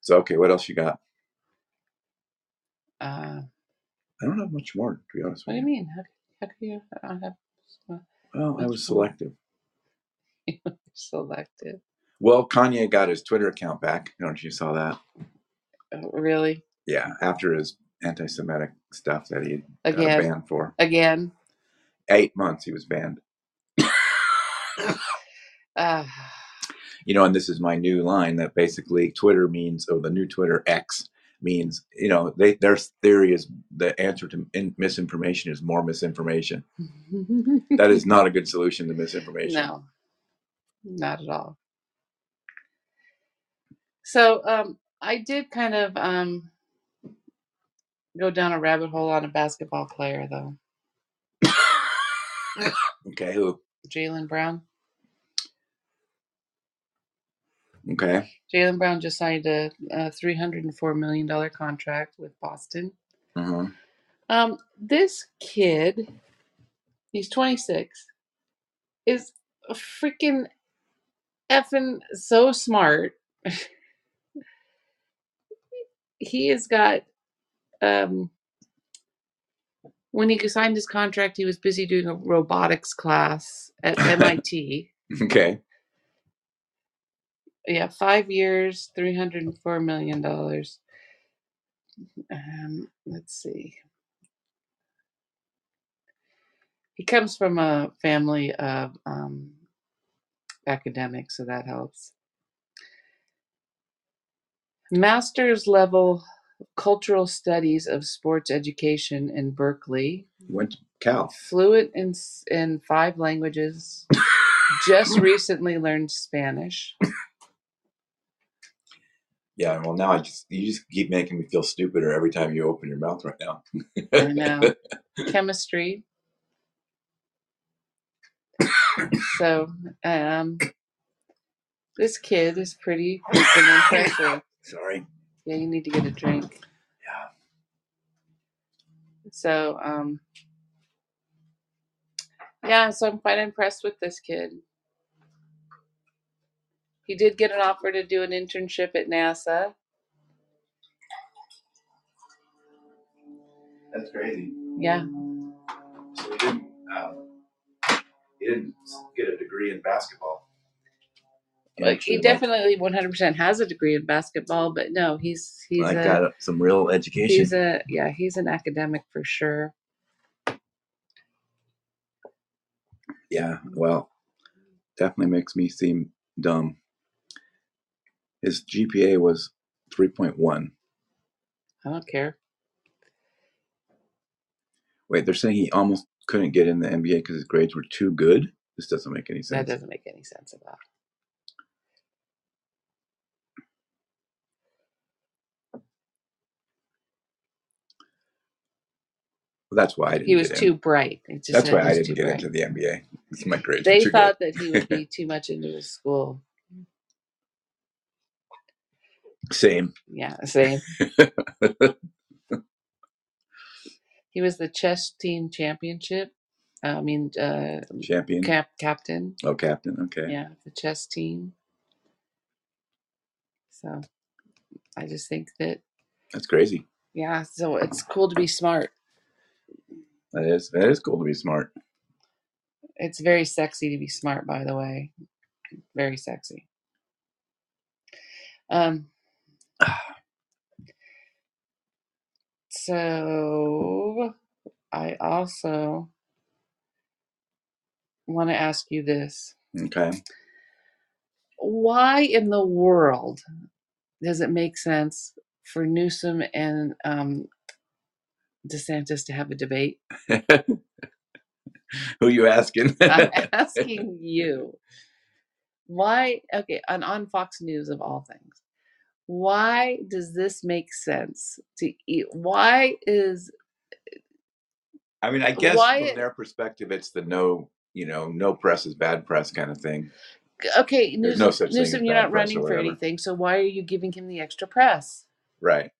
[SPEAKER 1] So okay, what else you got?
[SPEAKER 2] Uh,
[SPEAKER 1] I don't have much more to be honest
[SPEAKER 2] what
[SPEAKER 1] with
[SPEAKER 2] do you
[SPEAKER 1] you.
[SPEAKER 2] mean? How, how do you I don't have so
[SPEAKER 1] Well, Oh, I
[SPEAKER 2] much
[SPEAKER 1] was
[SPEAKER 2] more?
[SPEAKER 1] selective.
[SPEAKER 2] selective.
[SPEAKER 1] Well, Kanye got his Twitter account back. I don't know if you saw that.
[SPEAKER 2] Oh, Really?
[SPEAKER 1] Yeah, after his anti-Semitic stuff that he got a
[SPEAKER 2] Again?
[SPEAKER 1] ban for
[SPEAKER 2] Again?
[SPEAKER 1] eight months, he was banned.
[SPEAKER 2] Uh,
[SPEAKER 1] you know, and this is my new line that basically Twitter means, or the new Twitter X means, you know, they, their theory is the answer to in, misinformation is more misinformation. That is not a good solution to misinformation.
[SPEAKER 2] no, not at all. So um, I did kind of um, go down a rabbit hole on a basketball player, though.
[SPEAKER 1] Okay, who?
[SPEAKER 2] Jalen Brown.
[SPEAKER 1] Okay.
[SPEAKER 2] Jalen Brown just signed a, a $304 million contract with Boston.
[SPEAKER 1] Uh-huh.
[SPEAKER 2] Um, this kid, he's 26, is freaking effing so smart. He has got, um, when he signed his contract, he was busy doing a robotics class at MIT.
[SPEAKER 1] okay.
[SPEAKER 2] Yeah, five years, $304 million. Um, let's see. He comes from a family of um, academics, so that helps. Master's level cultural studies of sports education in Berkeley.
[SPEAKER 1] Went to Cal.
[SPEAKER 2] Fluent in, s- in five languages. Just recently learned Spanish.
[SPEAKER 1] Yeah, well now I just you just keep making me feel stupider every time you open your mouth right now.
[SPEAKER 2] I know. Chemistry. So um, this kid is pretty freaking impressive.
[SPEAKER 1] Sorry.
[SPEAKER 2] Yeah, you need to get a drink.
[SPEAKER 1] Yeah.
[SPEAKER 2] So um, yeah, so I'm quite impressed with this kid. He did get an offer to do an internship at NASA.
[SPEAKER 1] That's crazy.
[SPEAKER 2] Yeah.
[SPEAKER 1] So he didn't um, he didn't get a degree in basketball. And
[SPEAKER 2] Like he
[SPEAKER 1] actually went
[SPEAKER 2] definitely 100% has a degree in basketball, but no, he's he's
[SPEAKER 1] I
[SPEAKER 2] a
[SPEAKER 1] got some real
[SPEAKER 2] he's
[SPEAKER 1] education.
[SPEAKER 2] a yeah, he's an academic for sure.
[SPEAKER 1] Yeah, well, definitely makes me seem dumb. His GPA was 3.1.
[SPEAKER 2] I don't care.
[SPEAKER 1] Wait, they're saying he almost couldn't get in the NBA because his grades were too good? This doesn't make any
[SPEAKER 2] That
[SPEAKER 1] sense.
[SPEAKER 2] doesn't make any sense at all.
[SPEAKER 1] Well, that's why I
[SPEAKER 2] He
[SPEAKER 1] didn't
[SPEAKER 2] was
[SPEAKER 1] get in.
[SPEAKER 2] too bright. They just
[SPEAKER 1] That's
[SPEAKER 2] said
[SPEAKER 1] why
[SPEAKER 2] he
[SPEAKER 1] I
[SPEAKER 2] was
[SPEAKER 1] didn't
[SPEAKER 2] too
[SPEAKER 1] get
[SPEAKER 2] bright.
[SPEAKER 1] into the NBA. 'cause My grades were
[SPEAKER 2] They
[SPEAKER 1] too good.
[SPEAKER 2] thought that he would be too much into his school.
[SPEAKER 1] Same.
[SPEAKER 2] Yeah, same. He was the chess team championship. I mean, uh,
[SPEAKER 1] Champion.
[SPEAKER 2] cap captain.
[SPEAKER 1] Oh, captain. Okay.
[SPEAKER 2] Yeah, the chess team. So I just think that
[SPEAKER 1] That's crazy.
[SPEAKER 2] yeah. So it's cool to be smart.
[SPEAKER 1] That is that is cool to be smart.
[SPEAKER 2] It's very sexy to be smart, by the way. Very sexy. Um. So I also want to ask you this:
[SPEAKER 1] Okay.
[SPEAKER 2] Why in the world does it make sense for Newsom and um, DeSantis to have a debate?
[SPEAKER 1] Who you asking?
[SPEAKER 2] I'm asking you why. Okay, on on Fox News of all things. why does this make sense to eat why is
[SPEAKER 1] I mean, I guess from
[SPEAKER 2] why
[SPEAKER 1] their perspective, it's the no, you know, no press is bad press kind of thing.
[SPEAKER 2] okay
[SPEAKER 1] There's no
[SPEAKER 2] newsom
[SPEAKER 1] such thing as
[SPEAKER 2] newsom you're
[SPEAKER 1] bad
[SPEAKER 2] not
[SPEAKER 1] press or
[SPEAKER 2] running for
[SPEAKER 1] whatever.
[SPEAKER 2] anything so why are you giving him the extra press
[SPEAKER 1] Right.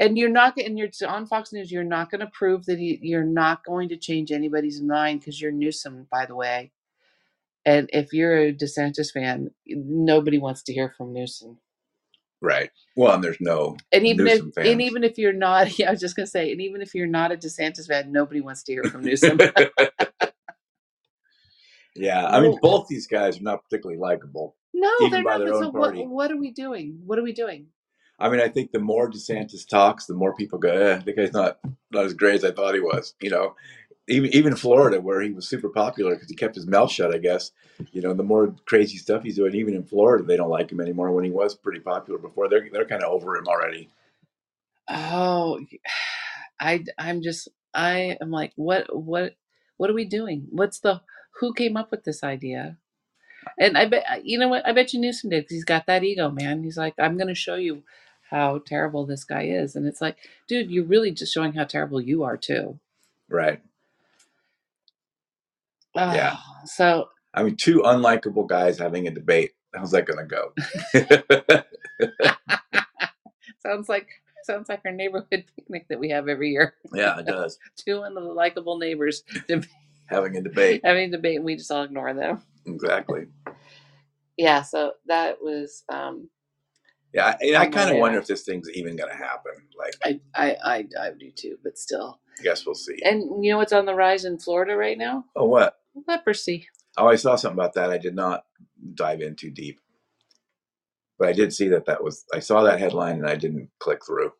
[SPEAKER 2] and you're not and you're on fox news you're not going to prove that he, you're not going to change anybody's mind because you're newsom by the way and if you're a desantis fan nobody wants to hear from newsom
[SPEAKER 1] Right. Well, and there's no
[SPEAKER 2] and even if
[SPEAKER 1] Newsom
[SPEAKER 2] and
[SPEAKER 1] fans.
[SPEAKER 2] even if you're not yeah i was just going to say and even if you're not a desantis fan nobody wants to hear from newsom
[SPEAKER 1] yeah. I mean,
[SPEAKER 2] well
[SPEAKER 1] both these guys are not particularly likable,
[SPEAKER 2] No,
[SPEAKER 1] even
[SPEAKER 2] they're
[SPEAKER 1] by
[SPEAKER 2] not
[SPEAKER 1] their
[SPEAKER 2] good. So
[SPEAKER 1] own
[SPEAKER 2] what
[SPEAKER 1] party.
[SPEAKER 2] what are we doing? What are we doing?
[SPEAKER 1] I mean, I think the more DeSantis talks, the more people go, eh, the guy's not, not as great as I thought he was. You know, even even Florida, where he was super popular because he kept his mouth shut, I guess. You know, the more crazy stuff he's doing, even in Florida, they don't like him anymore. When he was pretty popular before, they're they're kind of over him already.
[SPEAKER 2] Oh, I I'm just I am like what what what are we doing? What's the who came up with this idea? And I bet you know what I bet you Newsom did 'cause he's got that ego, man. He's like, I'm gonna show you how terrible this guy is, and it's like, dude, you're really just showing how terrible you are too.
[SPEAKER 1] Right? Yeah.
[SPEAKER 2] Oh, so
[SPEAKER 1] I mean, two unlikable guys having a debate. How's that going to go?
[SPEAKER 2] sounds like sounds like our neighborhood picnic that we have every year.
[SPEAKER 1] yeah, it does.
[SPEAKER 2] Two of the likable neighbors deb-
[SPEAKER 1] Having a debate.
[SPEAKER 2] having a debate, and we just all ignore them.
[SPEAKER 1] Exactly.
[SPEAKER 2] Yeah, so that was um,
[SPEAKER 1] Yeah, I, and I
[SPEAKER 2] on
[SPEAKER 1] kind of
[SPEAKER 2] Monday
[SPEAKER 1] wonder
[SPEAKER 2] night.
[SPEAKER 1] if this thing's even going to happen. Like,
[SPEAKER 2] I, I I I do too, but still.
[SPEAKER 1] I guess we'll see.
[SPEAKER 2] And you know what's on the rise in Florida right now?
[SPEAKER 1] Oh, what?
[SPEAKER 2] Leprosy.
[SPEAKER 1] Oh, I saw something about that. I did not dive in too deep, but I did see that that was. I saw that headline and I didn't click through.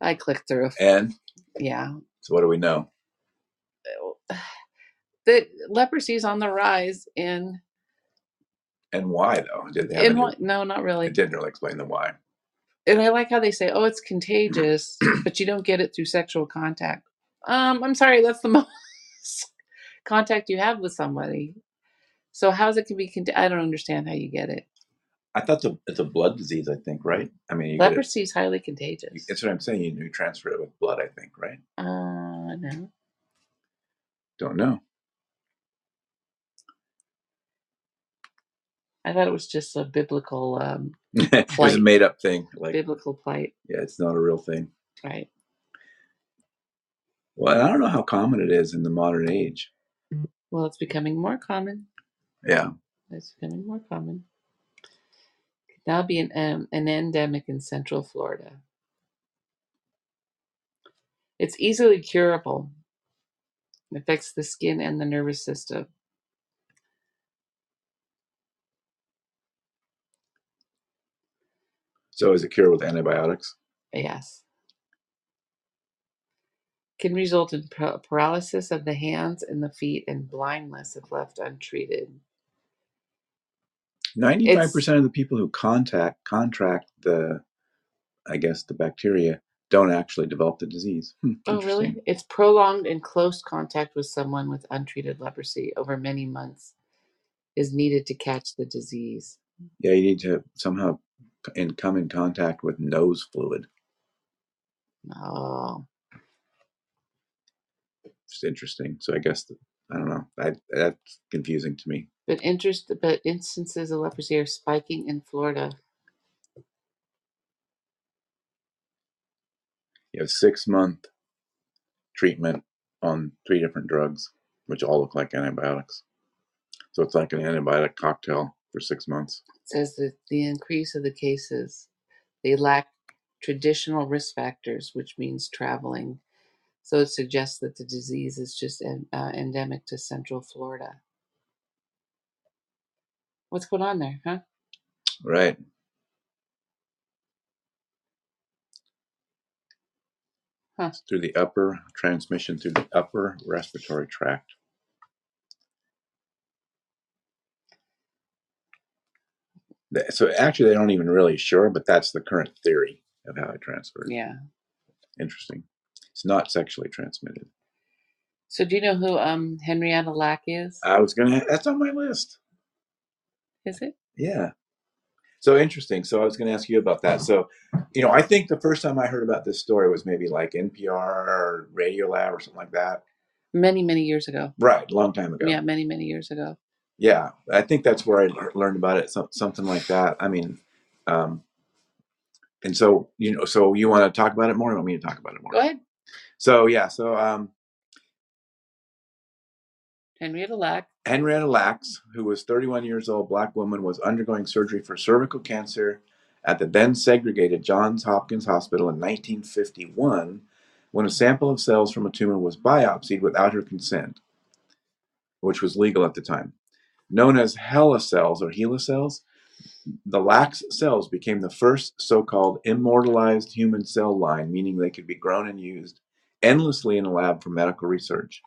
[SPEAKER 2] I clicked through.
[SPEAKER 1] And
[SPEAKER 2] Yeah.
[SPEAKER 1] so, what do we know?
[SPEAKER 2] The leprosy is on the rise in
[SPEAKER 1] And why though? Did they have
[SPEAKER 2] in
[SPEAKER 1] any?
[SPEAKER 2] what? No, not
[SPEAKER 1] It
[SPEAKER 2] really.
[SPEAKER 1] didn't really explain the why.
[SPEAKER 2] And I like how they say, "Oh, it's
[SPEAKER 1] Mm-hmm.
[SPEAKER 2] contagious, but you don't get it through sexual contact." Um, I'm sorry, that's the most contact you have with somebody. So how's it can be? Cont- I don't understand how you get it.
[SPEAKER 1] I thought the, it's a blood disease. I think right. I mean, you get it.
[SPEAKER 2] Leprosy is highly contagious.
[SPEAKER 1] That's what I'm saying. You, you transfer it with blood. I think right.
[SPEAKER 2] Uh, no.
[SPEAKER 1] Don't know.
[SPEAKER 2] I thought it was just a biblical um,
[SPEAKER 1] it was a
[SPEAKER 2] plight.
[SPEAKER 1] made up thing. Like,
[SPEAKER 2] Biblical plight,
[SPEAKER 1] yeah, it's not a real thing.
[SPEAKER 2] right?
[SPEAKER 1] Well, and I don't know how common it is in the modern age.
[SPEAKER 2] Well, it's becoming more common.
[SPEAKER 1] Yeah.
[SPEAKER 2] It's becoming more common. Could now be an um, an endemic in Central Florida. It's easily curable. It affects the skin and the nervous system.
[SPEAKER 1] So, is it cured with antibiotics?
[SPEAKER 2] Yes, can result in pa- paralysis of the hands and the feet and blindness if left untreated. It's
[SPEAKER 1] 95% of the people who contact contract the i guess the bacteria don't actually develop the disease hmm,
[SPEAKER 2] oh really?
[SPEAKER 1] interesting
[SPEAKER 2] It's prolonged and close contact with someone with untreated leprosy over many months is needed to catch the disease.
[SPEAKER 1] yeah you need to somehow c- and come in contact with nose fluid
[SPEAKER 2] Oh,
[SPEAKER 1] it's interesting so i guess the, i don't know I, that's confusing to me
[SPEAKER 2] but interest but instances of leprosy are spiking in Florida.
[SPEAKER 1] you have six month treatment on three different drugs which all look like antibiotics so it's like an antibiotic cocktail for six months
[SPEAKER 2] says that the increase of the cases, they lack traditional risk factors, which means traveling. So it suggests that the disease is just en- uh, endemic to Central Florida. What's going on there, huh?
[SPEAKER 1] right
[SPEAKER 2] Huh.
[SPEAKER 1] it's through the upper transmission through the upper respiratory tract Th- So actually, they don't even really sure, but that's the current theory of how it transferred.
[SPEAKER 2] Yeah.
[SPEAKER 1] Interesting. It's not sexually transmitted.
[SPEAKER 2] So do you know who um Henrietta Lack is?
[SPEAKER 1] I was gonna. That's on my list.
[SPEAKER 2] Is it?
[SPEAKER 1] Yeah. So interesting. So I was gonna ask you about that. So, you know, I think the first time I heard about this story was maybe like NPR or Radio Lab or something like that.
[SPEAKER 2] Many, many years ago.
[SPEAKER 1] Right, a long time ago.
[SPEAKER 2] Yeah, many, many years ago.
[SPEAKER 1] Yeah, I think that's where I lear- learned about it. Some, something like that. I mean, um, and so you know, so you want to talk about it more? Or you want me to talk about it
[SPEAKER 2] Go
[SPEAKER 1] more?
[SPEAKER 2] ahead.
[SPEAKER 1] So yeah, so um,
[SPEAKER 2] Henrietta Lack.
[SPEAKER 1] Henrietta Lacks, who was 31 years old, black woman, was undergoing surgery for cervical cancer at the then segregated Johns Hopkins Hospital in 1951 when a sample of cells from a tumor was biopsied without her consent, which was legal at the time. Known as HeLa cells or HeLa cells, The lax cells became the first so called immortalized human cell line, meaning they could be grown and used endlessly in a lab for medical research.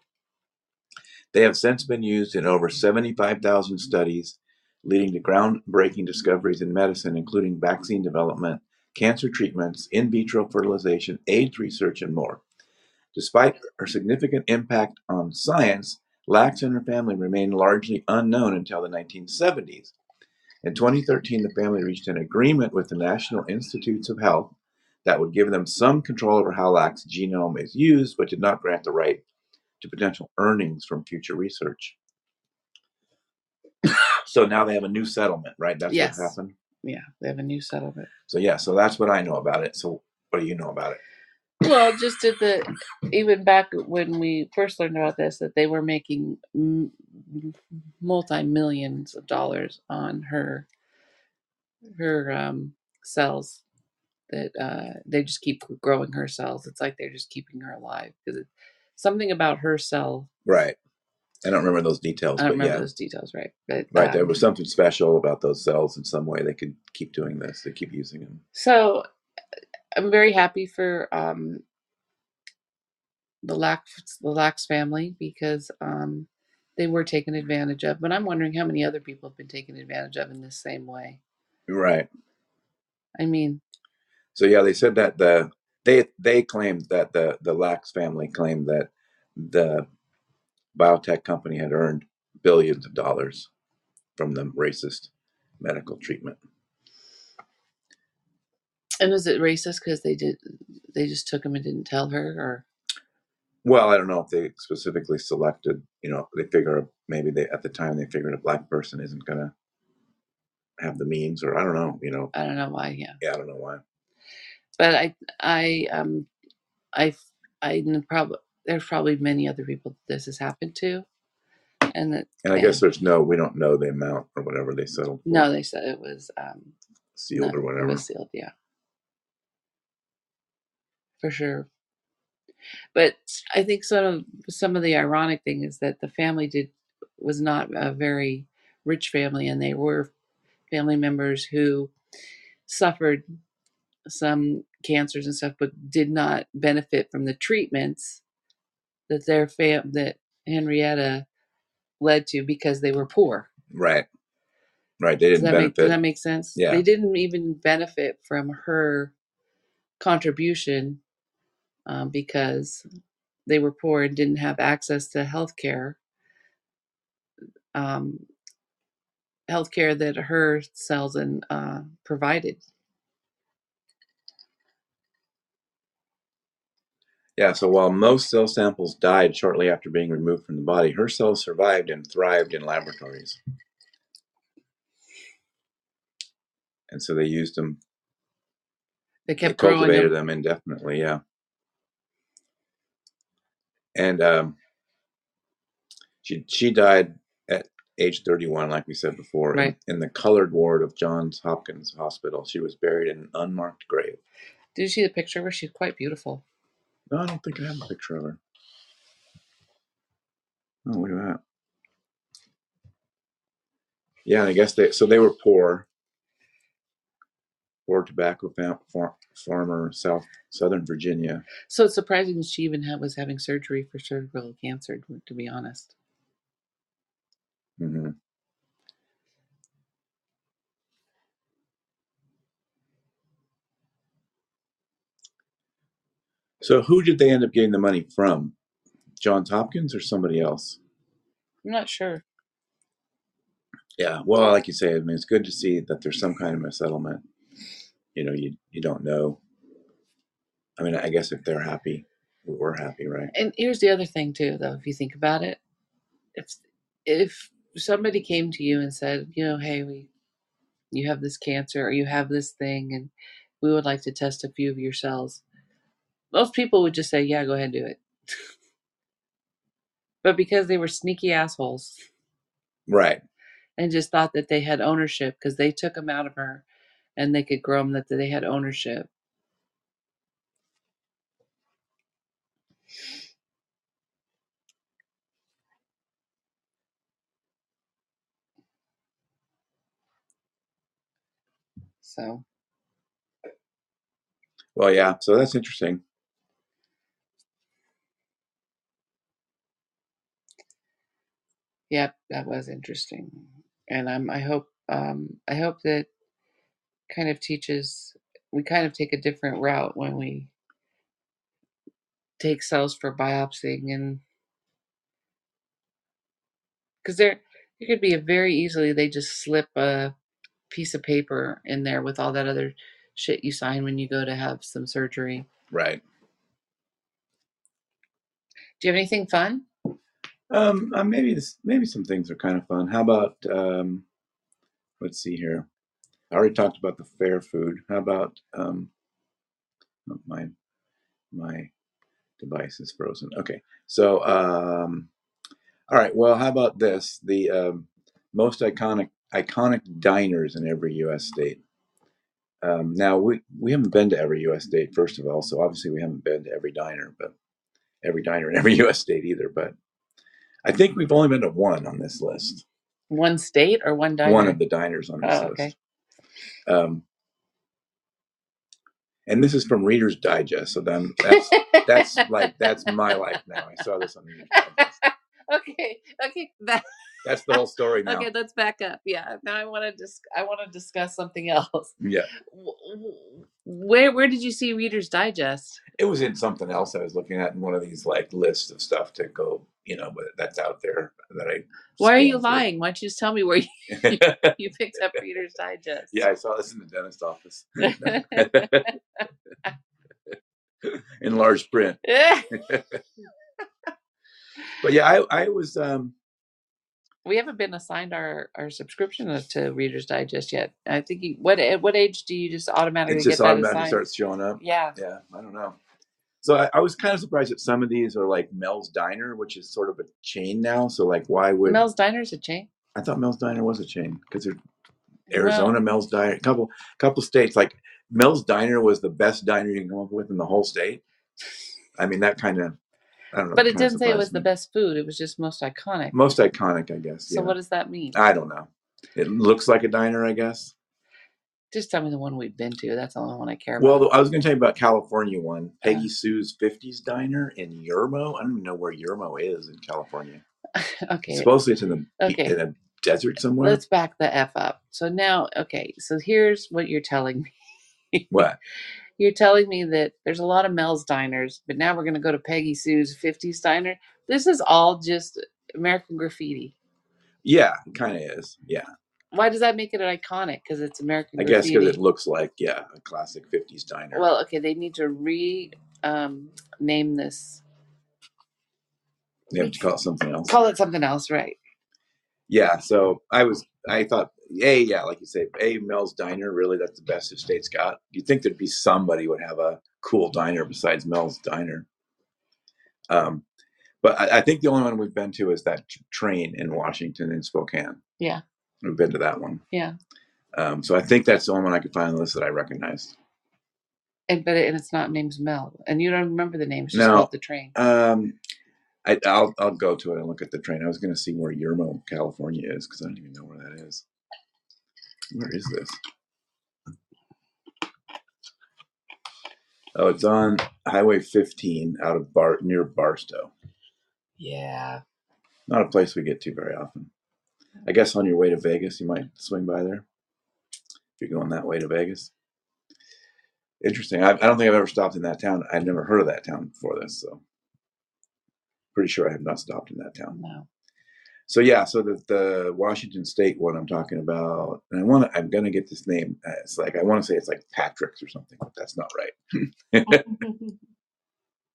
[SPEAKER 1] They have since been used in over 75,000 studies, leading to groundbreaking discoveries in medicine, including vaccine development, cancer treatments, in vitro fertilization, AIDS research, and more. Despite her significant impact on science, Lax and her family remained largely unknown until the 1970s. In 2013, the family reached an agreement with the National Institutes of Health that would give them some control over how Lax's genome is used, but did not grant the right to potential earnings from future research. So now they have a new settlement, right? That's
[SPEAKER 2] Yes.
[SPEAKER 1] what happened.
[SPEAKER 2] Yeah, they have a new settlement.
[SPEAKER 1] So yeah, so that's what I know about it. So what do you know about it?
[SPEAKER 2] Well, just at the even back when we first learned about this, that they were making m- multi millions of dollars on her her um, cells. That uh, they just keep growing her cells. It's like they're just keeping her alive because something about her cell.
[SPEAKER 1] Right. I don't remember those details,
[SPEAKER 2] I don't
[SPEAKER 1] but
[SPEAKER 2] remember
[SPEAKER 1] yeah.
[SPEAKER 2] those details right, but
[SPEAKER 1] Right. There
[SPEAKER 2] um,
[SPEAKER 1] was something special about those cells in some way. They could keep doing this. They keep using them.
[SPEAKER 2] so I'm very happy for um, the Lax the Lax family because um, they were taken advantage of. But I'm wondering how many other people have been taken advantage of in this same way.
[SPEAKER 1] Right.
[SPEAKER 2] I mean,
[SPEAKER 1] So yeah, they said that the they they claimed that the the Lax family claimed that the biotech company had earned billions of dollars from the racist medical treatment.
[SPEAKER 2] and is it racist because they did they just took him and didn't tell her, or
[SPEAKER 1] Well, I don't know if they specifically selected. You know, they figure maybe they at the time they figured a black person isn't gonna have the means, or I don't know. You know,
[SPEAKER 2] I don't know why. Yeah,
[SPEAKER 1] yeah, I don't know why.
[SPEAKER 2] but I I um I I probably there's probably many other people that this has happened to, and that
[SPEAKER 1] And I
[SPEAKER 2] and
[SPEAKER 1] guess there's no, we don't know the amount or whatever they settled for,
[SPEAKER 2] no, they said it was um
[SPEAKER 1] sealed
[SPEAKER 2] not
[SPEAKER 1] or
[SPEAKER 2] it
[SPEAKER 1] whatever.
[SPEAKER 2] was sealed. Yeah, for sure. but I think some of some of the ironic thing is that the family did was not a very rich family, and they were family members who suffered some cancers and stuff, but did not benefit from the treatments that their fam that Henrietta led to because they were poor.
[SPEAKER 1] Right, right. They
[SPEAKER 2] Does
[SPEAKER 1] didn't
[SPEAKER 2] that make does
[SPEAKER 1] benefit.
[SPEAKER 2] that make sense?
[SPEAKER 1] Yeah,
[SPEAKER 2] They didn't even benefit from her contribution um, because they were poor and didn't have access to health care. Um, healthcare that her cells and uh, provided.
[SPEAKER 1] yeah. So while most cell samples died shortly after being removed from the body, her cells survived and thrived in laboratories, and so they used them.
[SPEAKER 2] They
[SPEAKER 1] They
[SPEAKER 2] kept growing
[SPEAKER 1] cultivated
[SPEAKER 2] them.
[SPEAKER 1] them indefinitely. Yeah, and um, she she died at age 31, like we said before, in,
[SPEAKER 2] Right.
[SPEAKER 1] in the colored ward of Johns Hopkins Hospital. She was buried in an unmarked grave.
[SPEAKER 2] Did you see the picture of her? She's quite beautiful.
[SPEAKER 1] No, I don't think I have a picture of her. Oh, look at that. Yeah, and I guess they so they were poor, poor tobacco fam- far- farmer, South Southern Virginia.
[SPEAKER 2] So it's surprising that she even had, was having surgery for cervical cancer, to to be honest.
[SPEAKER 1] hmm So who did they end up getting the money from? Johns Hopkins or somebody else?
[SPEAKER 2] I'm not sure.
[SPEAKER 1] Yeah. Well, like you say, I mean, it's good to see that there's some kind of a settlement. You know, you you don't know. I mean, I guess if they're happy, we're happy, right?
[SPEAKER 2] And here's the other thing, too, though, if you think about it. If, if somebody came to you and said, you know, hey, we, you have this cancer or you have this thing, and we would like to test a few of your cells, most people would just say, yeah, go ahead and do it. But because they were sneaky assholes,
[SPEAKER 1] Right.
[SPEAKER 2] and just thought that they had ownership because they took them out of her and they could grow them that they had ownership So
[SPEAKER 1] Well, yeah. So that's interesting.
[SPEAKER 2] yep, that was interesting. And um, I hope um, I hope that kind of teaches we kind of take a different route when we take cells for biopsying and because there it could be a very easily they just slip a piece of paper in there with all that other shit you sign when you go to have some surgery.
[SPEAKER 1] Right.
[SPEAKER 2] Do you have anything fun?
[SPEAKER 1] Um, uh, maybe this, maybe some things are kind of fun. How about um, let's see here. I already talked about the fair food. How about um, oh, my my device is frozen. Okay. So um, all right. Well, how about this? The um, most iconic iconic diners in every U.S. state. Um, now we we haven't been to every U.S. state, first of all, so obviously we haven't been to every diner, but every diner in every U.S. state either. But I think we've only been to one on this list,
[SPEAKER 2] One state or one
[SPEAKER 1] one of
[SPEAKER 2] diner?
[SPEAKER 1] the diners on this
[SPEAKER 2] Oh, okay.
[SPEAKER 1] list, um, and this is from Reader's Digest. So then that's that's like that's my life now. I saw this on Reader's Digest.
[SPEAKER 2] okay, okay, back.
[SPEAKER 1] That's the whole story
[SPEAKER 2] Okay,
[SPEAKER 1] now.
[SPEAKER 2] let's back up. Yeah, now I want to dis- I want to discuss something else.
[SPEAKER 1] Yeah,
[SPEAKER 2] W- w- Where where did you see Reader's Digest?
[SPEAKER 1] it was in something else I was looking at in one of these like lists of stuff to go, you know, but that's out there that I
[SPEAKER 2] Why are you
[SPEAKER 1] scanned through.
[SPEAKER 2] lying? Why don't you just tell me where you, you, you picked up Reader's Digest?
[SPEAKER 1] yeah, I saw this in the dentist office. in large print. But yeah, I, I was um
[SPEAKER 2] we haven't been assigned our, our subscription to Reader's Digest yet. I think you, what at what age do you just
[SPEAKER 1] it's
[SPEAKER 2] automatically
[SPEAKER 1] just
[SPEAKER 2] get that
[SPEAKER 1] automatically
[SPEAKER 2] assigned?
[SPEAKER 1] starts showing up.
[SPEAKER 2] Yeah.
[SPEAKER 1] Yeah, I don't know. So I, I was kind of surprised that some of these are like Mel's Diner, which is sort of a chain now. So like why would
[SPEAKER 2] Mel's Diner's a chain.
[SPEAKER 1] I thought Mel's Diner was a chain because there's
[SPEAKER 2] No.
[SPEAKER 1] Arizona Mel's Diner, a couple couple states like Mel's Diner was the best diner you can come up with in the whole state. I mean that kind of I don't know,
[SPEAKER 2] But
[SPEAKER 1] that
[SPEAKER 2] it
[SPEAKER 1] kind of
[SPEAKER 2] didn't say it was
[SPEAKER 1] surprised
[SPEAKER 2] the
[SPEAKER 1] me.
[SPEAKER 2] best food. It was just most iconic.
[SPEAKER 1] Most iconic, I guess.
[SPEAKER 2] So
[SPEAKER 1] Yeah. Uh,
[SPEAKER 2] what does that mean?
[SPEAKER 1] I don't know. It looks like a diner, I guess.
[SPEAKER 2] Just tell me the one we've been to. That's the only one I care about.
[SPEAKER 1] Well, I was going to tell you about California one,
[SPEAKER 2] Uh,
[SPEAKER 1] Peggy Sue's 50s Diner in Yermo. I don't even know where Yermo is in California.
[SPEAKER 2] okay.
[SPEAKER 1] Supposedly it's in the be-
[SPEAKER 2] Okay.
[SPEAKER 1] in a desert somewhere.
[SPEAKER 2] Let's back the F up. So now, okay. So here's what you're telling me.
[SPEAKER 1] What?
[SPEAKER 2] you're telling me that there's a lot of Mel's diners, but now we're going to go to Peggy Sue's 50s diner. This is all just American graffiti.
[SPEAKER 1] Yeah, it kind of is. Yeah,
[SPEAKER 2] Why does that make it iconic? Because it's American
[SPEAKER 1] I guess because it
[SPEAKER 2] graffiti.
[SPEAKER 1] looks like yeah a classic 50s diner.
[SPEAKER 2] Well, okay, they need to re um, name this.
[SPEAKER 1] They have to call it something else.
[SPEAKER 2] Call it something else, right?
[SPEAKER 1] Yeah. So I was I thought hey yeah like you say hey Mel's Diner really that's the best the state's got. You'd think there'd be somebody would have a cool diner besides Mel's Diner. Um, But I, I think the only one we've been to is that t- train in Washington in Spokane.
[SPEAKER 2] Yeah,
[SPEAKER 1] We've been to that one.
[SPEAKER 2] yeah.
[SPEAKER 1] Um, so I think that's the only one I could find on the list that I recognized.
[SPEAKER 2] And but it, and it's not named Mel, and you don't remember the name. It's just
[SPEAKER 1] Now,
[SPEAKER 2] called the train.
[SPEAKER 1] um, I, I'll I'll go to it and look at the train. I was going to see where Yermo, California, is because I don't even know where that is. Where is this? Oh, it's on Highway 15 out of Bar near Barstow.
[SPEAKER 2] Yeah.
[SPEAKER 1] Not a place we get to very often. I guess on your way to Vegas, you might swing by there if you're going that way to Vegas. Interesting. I, I don't think I've ever stopped in that town. I'd never heard of that town before this, so pretty sure I have not stopped in that town.
[SPEAKER 2] No.
[SPEAKER 1] So yeah, so the, the Washington State one I'm talking about, and I want to, I'm gonna get this name. Uh, It's like I want to say it's like Patrick's or something, but that's not right.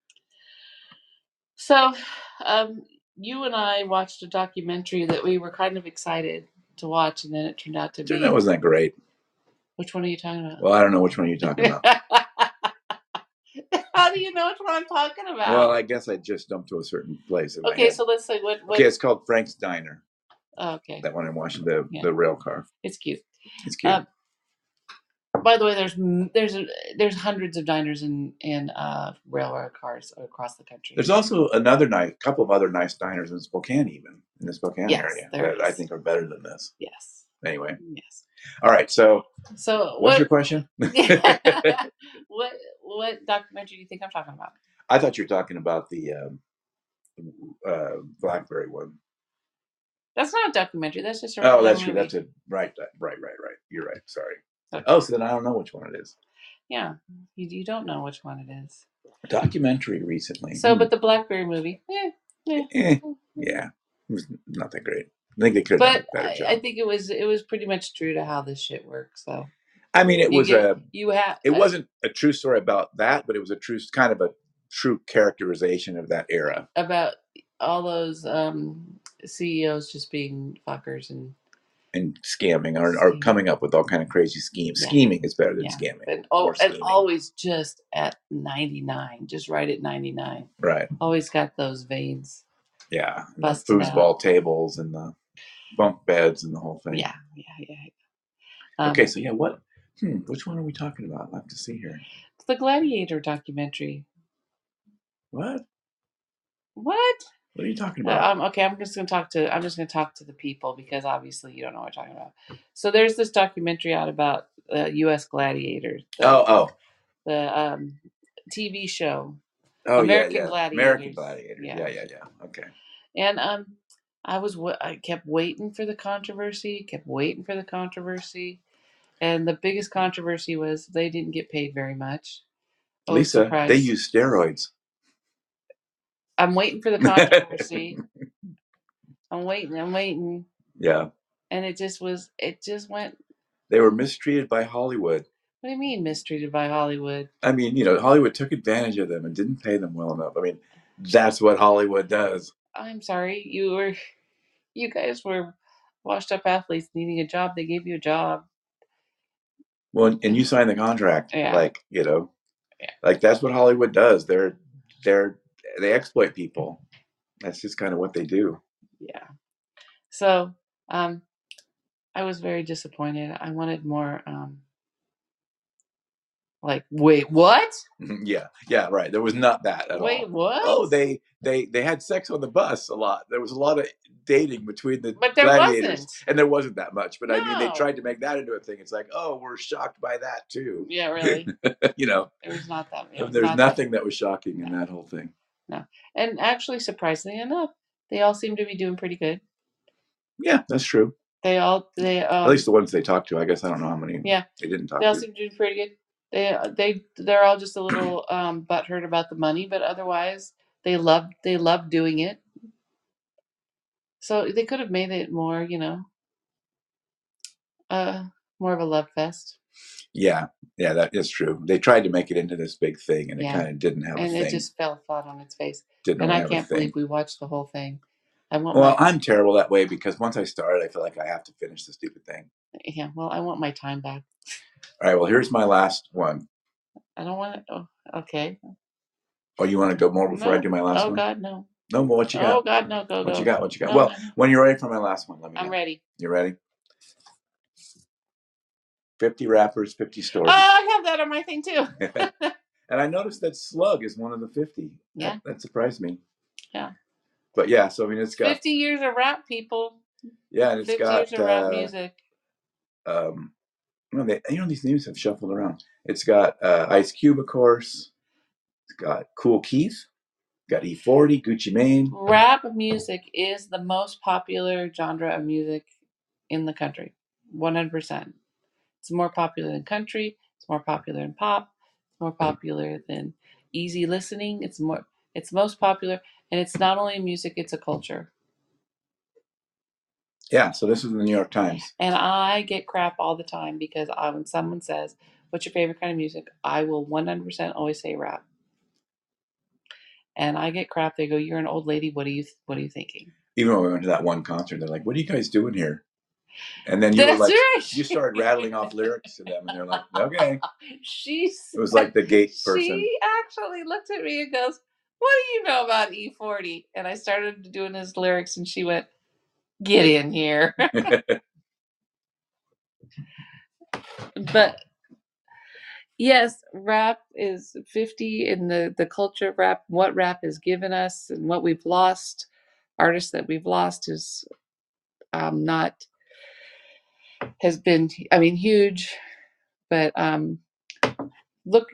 [SPEAKER 2] so, um, you and I watched a documentary that we were kind of excited to watch, and then it turned out to
[SPEAKER 1] Dude, that
[SPEAKER 2] be
[SPEAKER 1] wasn't that great.
[SPEAKER 2] which one are you talking about?
[SPEAKER 1] Well, I don't know which one you're talking about.
[SPEAKER 2] How do you know which one I'm talking
[SPEAKER 1] Well,
[SPEAKER 2] about?
[SPEAKER 1] I guess I just jumped to a certain place in my
[SPEAKER 2] Okay,
[SPEAKER 1] head.
[SPEAKER 2] so let's say what what.
[SPEAKER 1] Okay, it's called Frank's Diner.
[SPEAKER 2] oh, okay,
[SPEAKER 1] That one in Washington, the
[SPEAKER 2] yeah,
[SPEAKER 1] the rail car.
[SPEAKER 2] it's cute.
[SPEAKER 1] It's cute.
[SPEAKER 2] Um, by the way, there's m- there's a, there's hundreds of diners in in uh, railroad cars across the country.
[SPEAKER 1] There's also another nice couple of other nice diners in Spokane, even in the Spokane
[SPEAKER 2] Yes,
[SPEAKER 1] area,
[SPEAKER 2] there
[SPEAKER 1] that I
[SPEAKER 2] is.
[SPEAKER 1] think are better than this.
[SPEAKER 2] Yes.
[SPEAKER 1] Anyway,
[SPEAKER 2] Yes.
[SPEAKER 1] all right. So,
[SPEAKER 2] So
[SPEAKER 1] what's
[SPEAKER 2] what?
[SPEAKER 1] your question?
[SPEAKER 2] what what documentary do you think I'm talking about?
[SPEAKER 1] I thought you were talking about the um, uh, BlackBerry one.
[SPEAKER 2] That's not a documentary. That's just a
[SPEAKER 1] Oh,
[SPEAKER 2] regular
[SPEAKER 1] that's
[SPEAKER 2] movie.
[SPEAKER 1] that's it. Right, right, right, right. right. You're right. Sorry.
[SPEAKER 2] Okay.
[SPEAKER 1] Oh, so then I don't know which one it is.
[SPEAKER 2] yeah, you, you don't know which one it is.
[SPEAKER 1] Documentary recently.
[SPEAKER 2] So,
[SPEAKER 1] Hmm.
[SPEAKER 2] but the Blackberry movie, eh,
[SPEAKER 1] Eh, yeah, it was not that great. I think they could have
[SPEAKER 2] but
[SPEAKER 1] done a better
[SPEAKER 2] I,
[SPEAKER 1] job.
[SPEAKER 2] I think it was it was pretty much true to how this shit works. So
[SPEAKER 1] I, mean, it
[SPEAKER 2] you
[SPEAKER 1] was
[SPEAKER 2] get-
[SPEAKER 1] a
[SPEAKER 2] you uh, have
[SPEAKER 1] it wasn't a true story about that, but it was a true kind of a true characterization of that era.
[SPEAKER 2] about all those um, CEOs just being fuckers and
[SPEAKER 1] And scamming or, or
[SPEAKER 2] Scheming.
[SPEAKER 1] coming up with all kind of crazy schemes.
[SPEAKER 2] Yeah.
[SPEAKER 1] Scheming is better than
[SPEAKER 2] Yeah.
[SPEAKER 1] scamming.
[SPEAKER 2] and oh
[SPEAKER 1] More
[SPEAKER 2] and
[SPEAKER 1] scheming.
[SPEAKER 2] always just at ninety nine, just right at ninety nine.
[SPEAKER 1] Right.
[SPEAKER 2] Always got those veins.
[SPEAKER 1] Yeah. And the
[SPEAKER 2] Busted out.
[SPEAKER 1] foosball tables and the bunk beds and the whole thing.
[SPEAKER 2] Yeah, yeah, yeah. Um,
[SPEAKER 1] okay, so yeah, what? Hmm, which one are we talking about? I'll have to see here.
[SPEAKER 2] the Gladiator documentary.
[SPEAKER 1] What?
[SPEAKER 2] What?
[SPEAKER 1] What are you talking
[SPEAKER 2] Uh,
[SPEAKER 1] about?
[SPEAKER 2] um, okay, I'm just gonna talk to I'm just gonna talk to the people because obviously you don't know what I'm talking about. So there's this documentary out about uh, U.S. gladiators. The,
[SPEAKER 1] oh, oh,
[SPEAKER 2] the um, TV show
[SPEAKER 1] oh,
[SPEAKER 2] American
[SPEAKER 1] yeah, yeah. American
[SPEAKER 2] Gladiators.
[SPEAKER 1] Gladiator.
[SPEAKER 2] Yeah.
[SPEAKER 1] yeah, yeah, yeah. Okay.
[SPEAKER 2] and um, I was wa- I kept waiting for the controversy, kept waiting for the controversy, and the biggest controversy was they didn't get paid very much. Oh,
[SPEAKER 1] Lisa,
[SPEAKER 2] surprise.
[SPEAKER 1] they use steroids.
[SPEAKER 2] I'm waiting for the controversy. I'm waiting. I'm waiting,
[SPEAKER 1] Yeah,
[SPEAKER 2] and it just was. It just went.
[SPEAKER 1] they were mistreated by Hollywood.
[SPEAKER 2] What do you mean mistreated by Hollywood?
[SPEAKER 1] I mean, you know, Hollywood took advantage of them and didn't pay them well enough. I mean, that's what Hollywood does.
[SPEAKER 2] I'm sorry. You were, you guys were washed up athletes needing a job. They gave you a job.
[SPEAKER 1] Well, and you sign the contract,
[SPEAKER 2] Yeah.
[SPEAKER 1] like you know,
[SPEAKER 2] Yeah.
[SPEAKER 1] like that's what Hollywood does. They're they're they exploit people. That's just kind of what they do.
[SPEAKER 2] Yeah. So, um, I was very disappointed. I wanted more. Um, like, wait, what?
[SPEAKER 1] Mhm, Yeah, yeah, right. There was not that at
[SPEAKER 2] Wait,
[SPEAKER 1] all.
[SPEAKER 2] what?
[SPEAKER 1] Oh, they they they had sex on the bus a lot. There was a lot of dating between the
[SPEAKER 2] But there
[SPEAKER 1] gladiators,
[SPEAKER 2] wasn't.
[SPEAKER 1] and there wasn't that much. But I mean, they
[SPEAKER 2] No.
[SPEAKER 1] tried to make that into a thing. It's like, oh, we're shocked by that too.
[SPEAKER 2] Yeah, really.
[SPEAKER 1] you know,
[SPEAKER 2] There was not that. it was
[SPEAKER 1] there's
[SPEAKER 2] not that-
[SPEAKER 1] nothing that. was shocking in that whole thing.
[SPEAKER 2] And actually, surprisingly enough, they all seem to be doing pretty good.
[SPEAKER 1] Yeah, that's true.
[SPEAKER 2] They all they um,
[SPEAKER 1] At least the ones they talked to. I guess I don't know how many
[SPEAKER 2] yeah
[SPEAKER 1] they didn't talk
[SPEAKER 2] they all
[SPEAKER 1] to.
[SPEAKER 2] seem to do pretty good. They they they're all just a little um butthurt about the money, but otherwise they love they love doing it. So they could have made it more, you know, uh, more of a love fest,
[SPEAKER 1] Yeah, yeah, that is true. They tried to make it into this big thing, and
[SPEAKER 2] Yeah.
[SPEAKER 1] it kind of didn't have a
[SPEAKER 2] and
[SPEAKER 1] thing.
[SPEAKER 2] it just fell flat on its face.
[SPEAKER 1] didn't
[SPEAKER 2] and
[SPEAKER 1] really
[SPEAKER 2] I
[SPEAKER 1] have
[SPEAKER 2] can't
[SPEAKER 1] a thing.
[SPEAKER 2] believe we watched the whole thing. I want
[SPEAKER 1] Well,
[SPEAKER 2] my
[SPEAKER 1] I'm terrible that way because once I started, I feel like I have to finish the stupid thing.
[SPEAKER 2] yeah. Well, I want my time back.
[SPEAKER 1] All right, well, here's my last one.
[SPEAKER 2] I don't want to. Oh, okay.
[SPEAKER 1] Oh, you want to go more before I
[SPEAKER 2] No.
[SPEAKER 1] do my last
[SPEAKER 2] Oh
[SPEAKER 1] one?
[SPEAKER 2] God, no.
[SPEAKER 1] No, well, what you got?
[SPEAKER 2] Oh God, no. Go go.
[SPEAKER 1] what you got? What you got?
[SPEAKER 2] No,
[SPEAKER 1] well,
[SPEAKER 2] no, no.
[SPEAKER 1] when you're ready for my last one, let me know.
[SPEAKER 2] I'm ready.
[SPEAKER 1] You ready? 50 rappers, 50
[SPEAKER 2] Oh,
[SPEAKER 1] stories.
[SPEAKER 2] I have that on my thing too.
[SPEAKER 1] and I noticed that Slug is one of the 50.
[SPEAKER 2] Yeah.
[SPEAKER 1] That, that surprised me.
[SPEAKER 2] Yeah.
[SPEAKER 1] But yeah, so I mean, it's got,
[SPEAKER 2] 50 years of rap, people.
[SPEAKER 1] yeah, and it's
[SPEAKER 2] 50 years
[SPEAKER 1] got,
[SPEAKER 2] of rap
[SPEAKER 1] uh,
[SPEAKER 2] music.
[SPEAKER 1] um, you know, they, you know, these names have shuffled around. It's got uh, Ice Cube, of course. It's got Cool Keith. Got E40, Gucci Mane.
[SPEAKER 2] Rap music is the most popular genre of music in the country. 100%. It's more popular than country. It's more popular than pop. It's more
[SPEAKER 1] Hmm.
[SPEAKER 2] popular than easy listening. It's more it's most popular and it's not only music, it's a culture.
[SPEAKER 1] Yeah, so this is in the New York Times.
[SPEAKER 2] And I get crap all the time because I, when someone says, "What's your favorite kind of music?" I will 100% always say rap. And I get crap. They go, "You're an old lady. What are you What are you thinking?"
[SPEAKER 1] Even when we went to that one concert, they're like, "What are you guys doing here?" And then you
[SPEAKER 2] That's
[SPEAKER 1] were like,
[SPEAKER 2] right.
[SPEAKER 1] you started rattling off lyrics to them, and they're like, "Okay."
[SPEAKER 2] She's.
[SPEAKER 1] It was like the gate person.
[SPEAKER 2] She actually looked at me and goes, "What do you know about E40?" And I started doing his lyrics, and she went, "Get in here." but Yes, rap is 50 in the the culture of rap, what rap has given us and what we've lost, artists that we've lost is um not has been, I mean, huge. But um, look,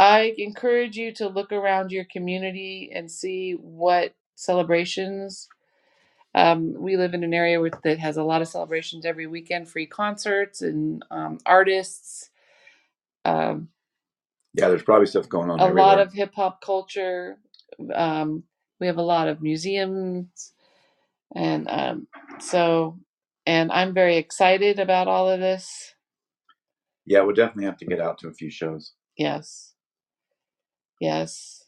[SPEAKER 2] I encourage you to look around your community and see what celebrations. Um, we live in an area with, that has a lot of celebrations every weekend, free concerts and um, artists, um,
[SPEAKER 1] Yeah, there's probably stuff going on
[SPEAKER 2] a lot
[SPEAKER 1] everywhere.
[SPEAKER 2] of hip hop culture. Um, we have a lot of museums. And um, so, and I'm very excited about all of this.
[SPEAKER 1] Yeah, we'll definitely have to get out to a few shows.
[SPEAKER 2] Yes, yes.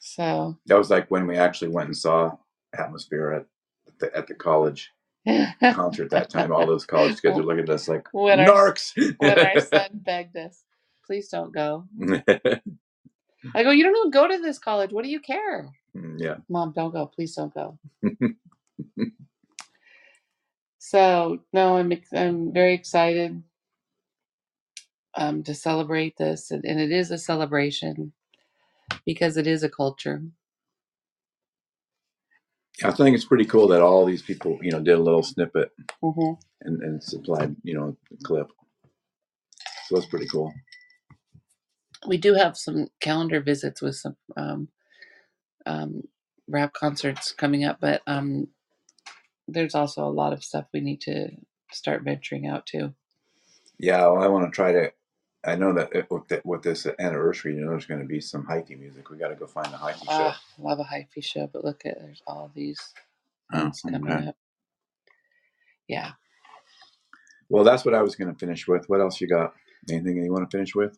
[SPEAKER 2] So,
[SPEAKER 1] That was like when we actually went and saw Atmosphere at the, at the college concert that time. All those college kids are
[SPEAKER 2] when
[SPEAKER 1] looking at us like
[SPEAKER 2] our
[SPEAKER 1] narcs.
[SPEAKER 2] when our son begged us, please don't go. I go, you don't even go to this college. What do you care?
[SPEAKER 1] yeah.
[SPEAKER 2] Mom, don't go. Please don't go. So, no, I'm ex- I'm very excited um, to celebrate this, and, and it is a celebration because it is a culture.
[SPEAKER 1] I think it's pretty cool that all these people, you know, did a little snippet
[SPEAKER 2] hmm
[SPEAKER 1] and, and supplied, you know, the clip. So that's pretty cool.
[SPEAKER 2] We do have some calendar visits with some um, um, rap concerts coming up, but um, there's also a lot of stuff we need to start venturing out to.
[SPEAKER 1] Yeah, well, I want to try to. I know that it, with, the, with this anniversary, you know, there's going to be some hiking music. We got to go find a hiking show.
[SPEAKER 2] Ah, love a hyphy show, but look at there's all these
[SPEAKER 1] Oh,
[SPEAKER 2] things
[SPEAKER 1] okay.
[SPEAKER 2] coming up. Yeah.
[SPEAKER 1] Well, that's what I was going to finish with. What else you got? Anything you want to finish with?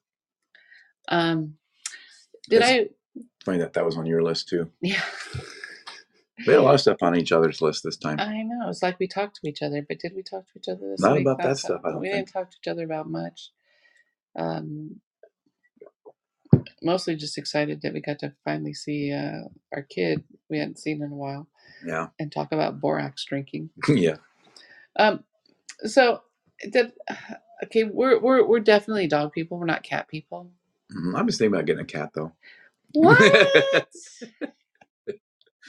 [SPEAKER 2] Um, did
[SPEAKER 1] It's
[SPEAKER 2] I?
[SPEAKER 1] funny that that was on your list too.
[SPEAKER 2] Yeah.
[SPEAKER 1] We had a lot of stuff on each other's list this time.
[SPEAKER 2] I know. It's like we talked to each other, but did we talk to each other this
[SPEAKER 1] Not
[SPEAKER 2] week?
[SPEAKER 1] about that
[SPEAKER 2] Last time,
[SPEAKER 1] stuff, I don't
[SPEAKER 2] we
[SPEAKER 1] think.
[SPEAKER 2] didn't talk to each other about much. Um, mostly just excited that we got to finally see uh, our kid we hadn't seen in a while
[SPEAKER 1] Yeah.
[SPEAKER 2] and talk about borax drinking.
[SPEAKER 1] yeah.
[SPEAKER 2] Um, so did okay we're we're we're definitely dog people we're not cat people
[SPEAKER 1] Mhm. I'm just thinking about getting a cat though.
[SPEAKER 2] what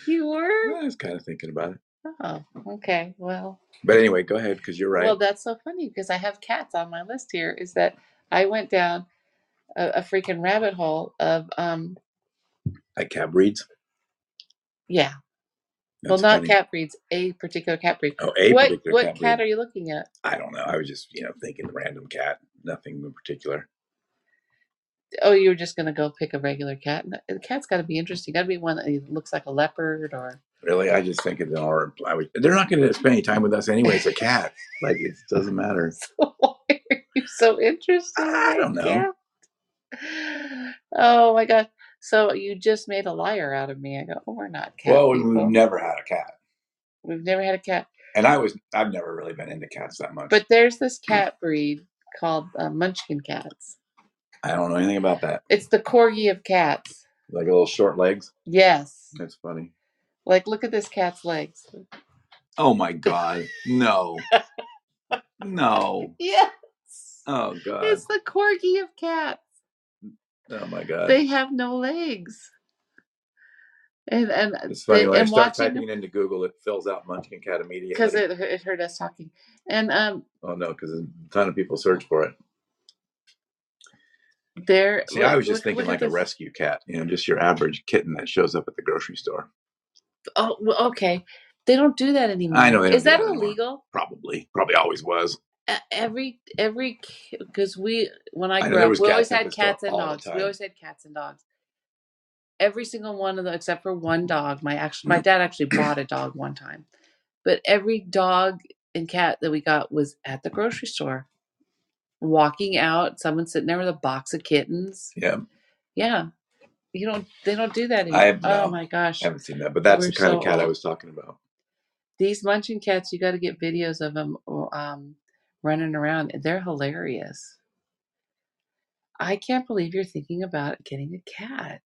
[SPEAKER 2] you were
[SPEAKER 1] I was kind of thinking about it.
[SPEAKER 2] oh okay well
[SPEAKER 1] But anyway, go ahead because you're
[SPEAKER 2] well
[SPEAKER 1] right.
[SPEAKER 2] that's so funny because i have cats on my list here is that i went down a, a freaking rabbit hole of um
[SPEAKER 1] Like cat breeds.
[SPEAKER 2] yeah well
[SPEAKER 1] That's
[SPEAKER 2] not
[SPEAKER 1] funny.
[SPEAKER 2] cat breeds a particular cat breed
[SPEAKER 1] Oh, a
[SPEAKER 2] what
[SPEAKER 1] particular
[SPEAKER 2] what
[SPEAKER 1] cat breed.
[SPEAKER 2] cat are you looking at
[SPEAKER 1] I don't know. I was just, you know, thinking random cat, nothing in particular.
[SPEAKER 2] oh you were just gonna go pick a regular cat No, the cat's got to be interesting got to be one that looks like a leopard or
[SPEAKER 1] Really, I just think it's an or. I was, they're not going to spend any time with us anyway. It's a cat. Like it doesn't matter.
[SPEAKER 2] so why are you so interested in
[SPEAKER 1] I
[SPEAKER 2] that
[SPEAKER 1] don't know.
[SPEAKER 2] cat Oh my gosh. So you just made a liar out of me. I go, oh, we're not cat
[SPEAKER 1] Well, we've
[SPEAKER 2] people.
[SPEAKER 1] never had a cat,
[SPEAKER 2] We've never had a cat.
[SPEAKER 1] and I was. I've never really been into cats that much.
[SPEAKER 2] But there's this cat breed called uh, Munchkin cats.
[SPEAKER 1] I don't know anything about that.
[SPEAKER 2] It's the corgi of cats.
[SPEAKER 1] Like little short legs.
[SPEAKER 2] Yes.
[SPEAKER 1] That's funny.
[SPEAKER 2] Like, look at this cat's legs.
[SPEAKER 1] Oh my god. No. No.
[SPEAKER 2] Yes.
[SPEAKER 1] Oh god.
[SPEAKER 2] It's the corgi of cats.
[SPEAKER 1] Oh my god.
[SPEAKER 2] They have no legs. And and uh,
[SPEAKER 1] It's funny
[SPEAKER 2] they
[SPEAKER 1] when I
[SPEAKER 2] and
[SPEAKER 1] start
[SPEAKER 2] watching
[SPEAKER 1] typing
[SPEAKER 2] them
[SPEAKER 1] it into Google, it fills out Munchkin Cat
[SPEAKER 2] because
[SPEAKER 1] immediately.
[SPEAKER 2] it it heard us talking. And um
[SPEAKER 1] Oh no, because a ton of people search for it.
[SPEAKER 2] there
[SPEAKER 1] See, I
[SPEAKER 2] look
[SPEAKER 1] was just
[SPEAKER 2] look
[SPEAKER 1] thinking
[SPEAKER 2] look at
[SPEAKER 1] like a
[SPEAKER 2] this
[SPEAKER 1] rescue cat, you know, just your average kitten that shows up at the grocery store.
[SPEAKER 2] Oh, well, okay. They don't do that
[SPEAKER 1] I know
[SPEAKER 2] anymore.
[SPEAKER 1] they don't
[SPEAKER 2] Is
[SPEAKER 1] do
[SPEAKER 2] that
[SPEAKER 1] that anymore.
[SPEAKER 2] illegal?
[SPEAKER 1] Probably, probably always was.
[SPEAKER 2] E- Every every because we when I
[SPEAKER 1] I know
[SPEAKER 2] grew
[SPEAKER 1] there
[SPEAKER 2] up,
[SPEAKER 1] was
[SPEAKER 2] we always
[SPEAKER 1] cats at the
[SPEAKER 2] had
[SPEAKER 1] store
[SPEAKER 2] cats and
[SPEAKER 1] all the
[SPEAKER 2] dogs. We
[SPEAKER 1] time.
[SPEAKER 2] always had cats and dogs. Every single one of them, except for one dog. My actually,
[SPEAKER 1] Mm-hmm.
[SPEAKER 2] my dad actually bought a dog one time, but every dog and cat that we got was at the grocery store. Walking out, someone sitting there with a box of kittens.
[SPEAKER 1] Yeah,
[SPEAKER 2] Yeah, you don't. They don't do that
[SPEAKER 1] I
[SPEAKER 2] anymore.
[SPEAKER 1] have
[SPEAKER 2] Oh
[SPEAKER 1] no,
[SPEAKER 2] my
[SPEAKER 1] I
[SPEAKER 2] gosh,
[SPEAKER 1] haven't seen that. But that's
[SPEAKER 2] we're
[SPEAKER 1] the kind of
[SPEAKER 2] so
[SPEAKER 1] cat I
[SPEAKER 2] old.
[SPEAKER 1] was talking about.
[SPEAKER 2] these munching cats you got to get videos of them um, running around they're hilarious i can't believe you're thinking about getting a cat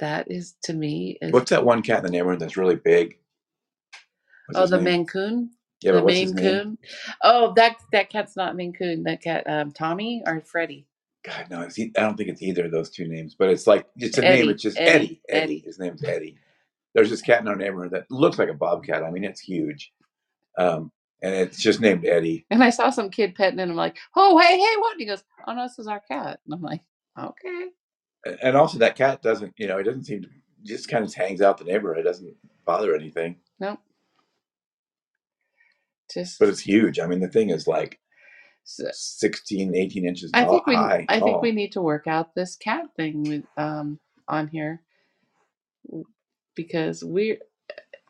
[SPEAKER 2] that is to me is
[SPEAKER 1] What's that one cat in the neighborhood that's really big? What's
[SPEAKER 2] oh
[SPEAKER 1] his
[SPEAKER 2] the
[SPEAKER 1] name?
[SPEAKER 2] maine coon
[SPEAKER 1] Yeah,
[SPEAKER 2] the
[SPEAKER 1] but what's his
[SPEAKER 2] maine
[SPEAKER 1] name?
[SPEAKER 2] coon oh that that cat's not maine coon that cat um, tommy or freddie
[SPEAKER 1] God, no, it's, e- I don't think it's either of those two names. But it's like it's a name.
[SPEAKER 2] eddie
[SPEAKER 1] It's just
[SPEAKER 2] eddie
[SPEAKER 1] Eddie. Eddie.
[SPEAKER 2] eddie
[SPEAKER 1] His name's Eddie. There's this cat in our neighborhood that looks like a bobcat. I mean, it's huge, um, and it's just named Eddie.
[SPEAKER 2] And I saw some kid petting it. And I'm like, oh, hey, hey, what? And he goes, oh, no, this is our cat. And I'm like, okay.
[SPEAKER 1] A- And also, that cat doesn't, you know, it doesn't seem to just kind of hangs out the neighborhood. It doesn't bother anything,
[SPEAKER 2] Nope. Just,
[SPEAKER 1] but it's huge. I mean, the thing is like
[SPEAKER 2] so,
[SPEAKER 1] 16, 18 inches
[SPEAKER 2] I
[SPEAKER 1] tall,
[SPEAKER 2] think we,
[SPEAKER 1] high,
[SPEAKER 2] I think we
[SPEAKER 1] tall.
[SPEAKER 2] need to work out this cat thing with, um, on here because we're,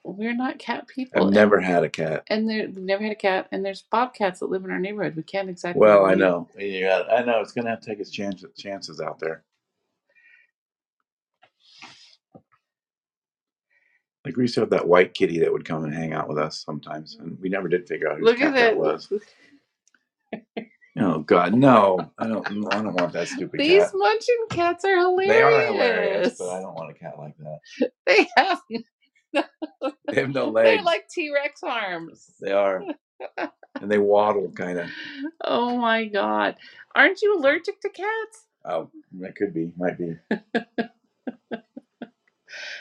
[SPEAKER 2] we're not cat
[SPEAKER 1] I've
[SPEAKER 2] people. And,
[SPEAKER 1] never had a cat.
[SPEAKER 2] and there, we never had a cat. And there's bobcats that live in our neighborhood. We can't exactly
[SPEAKER 1] Well, I
[SPEAKER 2] relate.
[SPEAKER 1] know. Yeah, I know. It's going to have to take its chances, chances out there. Like we used to have that white kitty that would come and hang out with us sometimes, and we never did figure out whose
[SPEAKER 2] Look
[SPEAKER 1] cat
[SPEAKER 2] at
[SPEAKER 1] that
[SPEAKER 2] that.
[SPEAKER 1] was. Oh God, no! I don't. I don't want that stupid
[SPEAKER 2] These
[SPEAKER 1] cat.
[SPEAKER 2] munchkin cats are
[SPEAKER 1] They are hilarious, but I
[SPEAKER 2] hilarious.
[SPEAKER 1] don't want a cat like that.
[SPEAKER 2] They have
[SPEAKER 1] They have no
[SPEAKER 2] they're
[SPEAKER 1] legs.
[SPEAKER 2] like T Rex arms.
[SPEAKER 1] They are, and they waddle kind of.
[SPEAKER 2] Oh my god. Aren't you allergic to cats?
[SPEAKER 1] Oh, that could be, might be.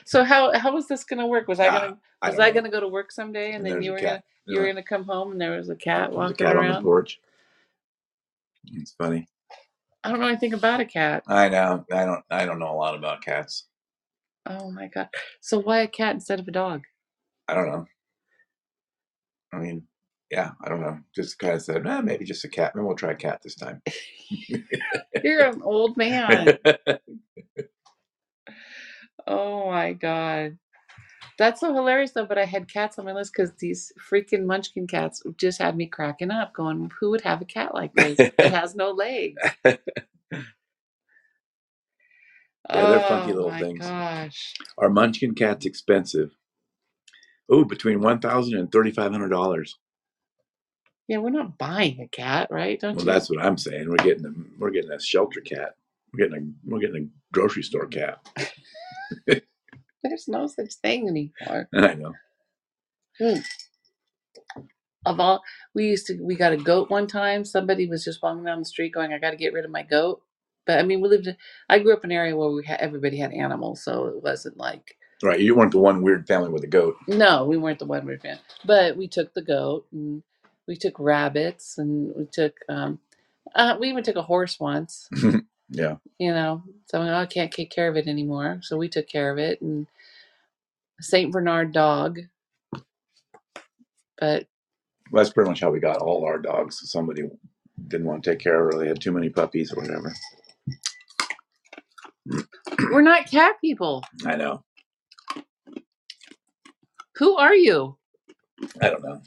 [SPEAKER 2] So how how was this gonna work? Was I
[SPEAKER 1] Ah,
[SPEAKER 2] gonna
[SPEAKER 1] I
[SPEAKER 2] was
[SPEAKER 1] don't
[SPEAKER 2] I
[SPEAKER 1] know.
[SPEAKER 2] gonna go to work someday and
[SPEAKER 1] And
[SPEAKER 2] then
[SPEAKER 1] there's
[SPEAKER 2] you
[SPEAKER 1] a
[SPEAKER 2] were gonna
[SPEAKER 1] cat.
[SPEAKER 2] you were
[SPEAKER 1] Uh,
[SPEAKER 2] gonna come home and there was a cat
[SPEAKER 1] There's a
[SPEAKER 2] walking
[SPEAKER 1] cat on the
[SPEAKER 2] around?
[SPEAKER 1] porch. It's funny.
[SPEAKER 2] I don't know anything about a cat.
[SPEAKER 1] I know. I don't. I don't know a lot about cats.
[SPEAKER 2] Oh my god. So why a cat instead of a dog?
[SPEAKER 1] I don't know. I mean, yeah, I don't know. Just kind of said, eh, maybe just a cat. Maybe we'll try a cat this time.
[SPEAKER 2] You're an old man. Oh my god. That's so hilarious though, but I had cats on my list because these freaking munchkin cats just had me cracking up, going, Who would have a cat like this that has no legs?
[SPEAKER 1] yeah, they're funky
[SPEAKER 2] Oh
[SPEAKER 1] little
[SPEAKER 2] my
[SPEAKER 1] things.
[SPEAKER 2] gosh.
[SPEAKER 1] Are Munchkin cats expensive? Oh, between one thousand and thirty five hundred dollars.
[SPEAKER 2] Yeah, we're not buying a cat, right? Don't
[SPEAKER 1] Well,
[SPEAKER 2] you?
[SPEAKER 1] that's what I'm saying. We're getting a we're getting a shelter cat. We're getting a we're getting a grocery store cat.
[SPEAKER 2] There's no such thing anymore.
[SPEAKER 1] I know.
[SPEAKER 2] Hmm. Of all, we used to, we got a goat one time. Somebody was just walking down the street going, I got to get rid of my goat. But I mean, we lived, in- I grew up in an area where we had, everybody had animals. So it wasn't like,
[SPEAKER 1] Right, you weren't the one weird family with a goat.
[SPEAKER 2] No, we weren't the one we fan. But we took the goat and we took rabbits and we took um uh we even took a horse once,
[SPEAKER 1] yeah.
[SPEAKER 2] you know. So oh, I can't take care of it anymore. So we took care of it and Saint Bernard dog, but
[SPEAKER 1] Well, that's pretty much how we got all our dogs. Somebody didn't want to take care of her. They had too many puppies or whatever.
[SPEAKER 2] we're not cat people.
[SPEAKER 1] I know.
[SPEAKER 2] Who are you?
[SPEAKER 1] I don't know.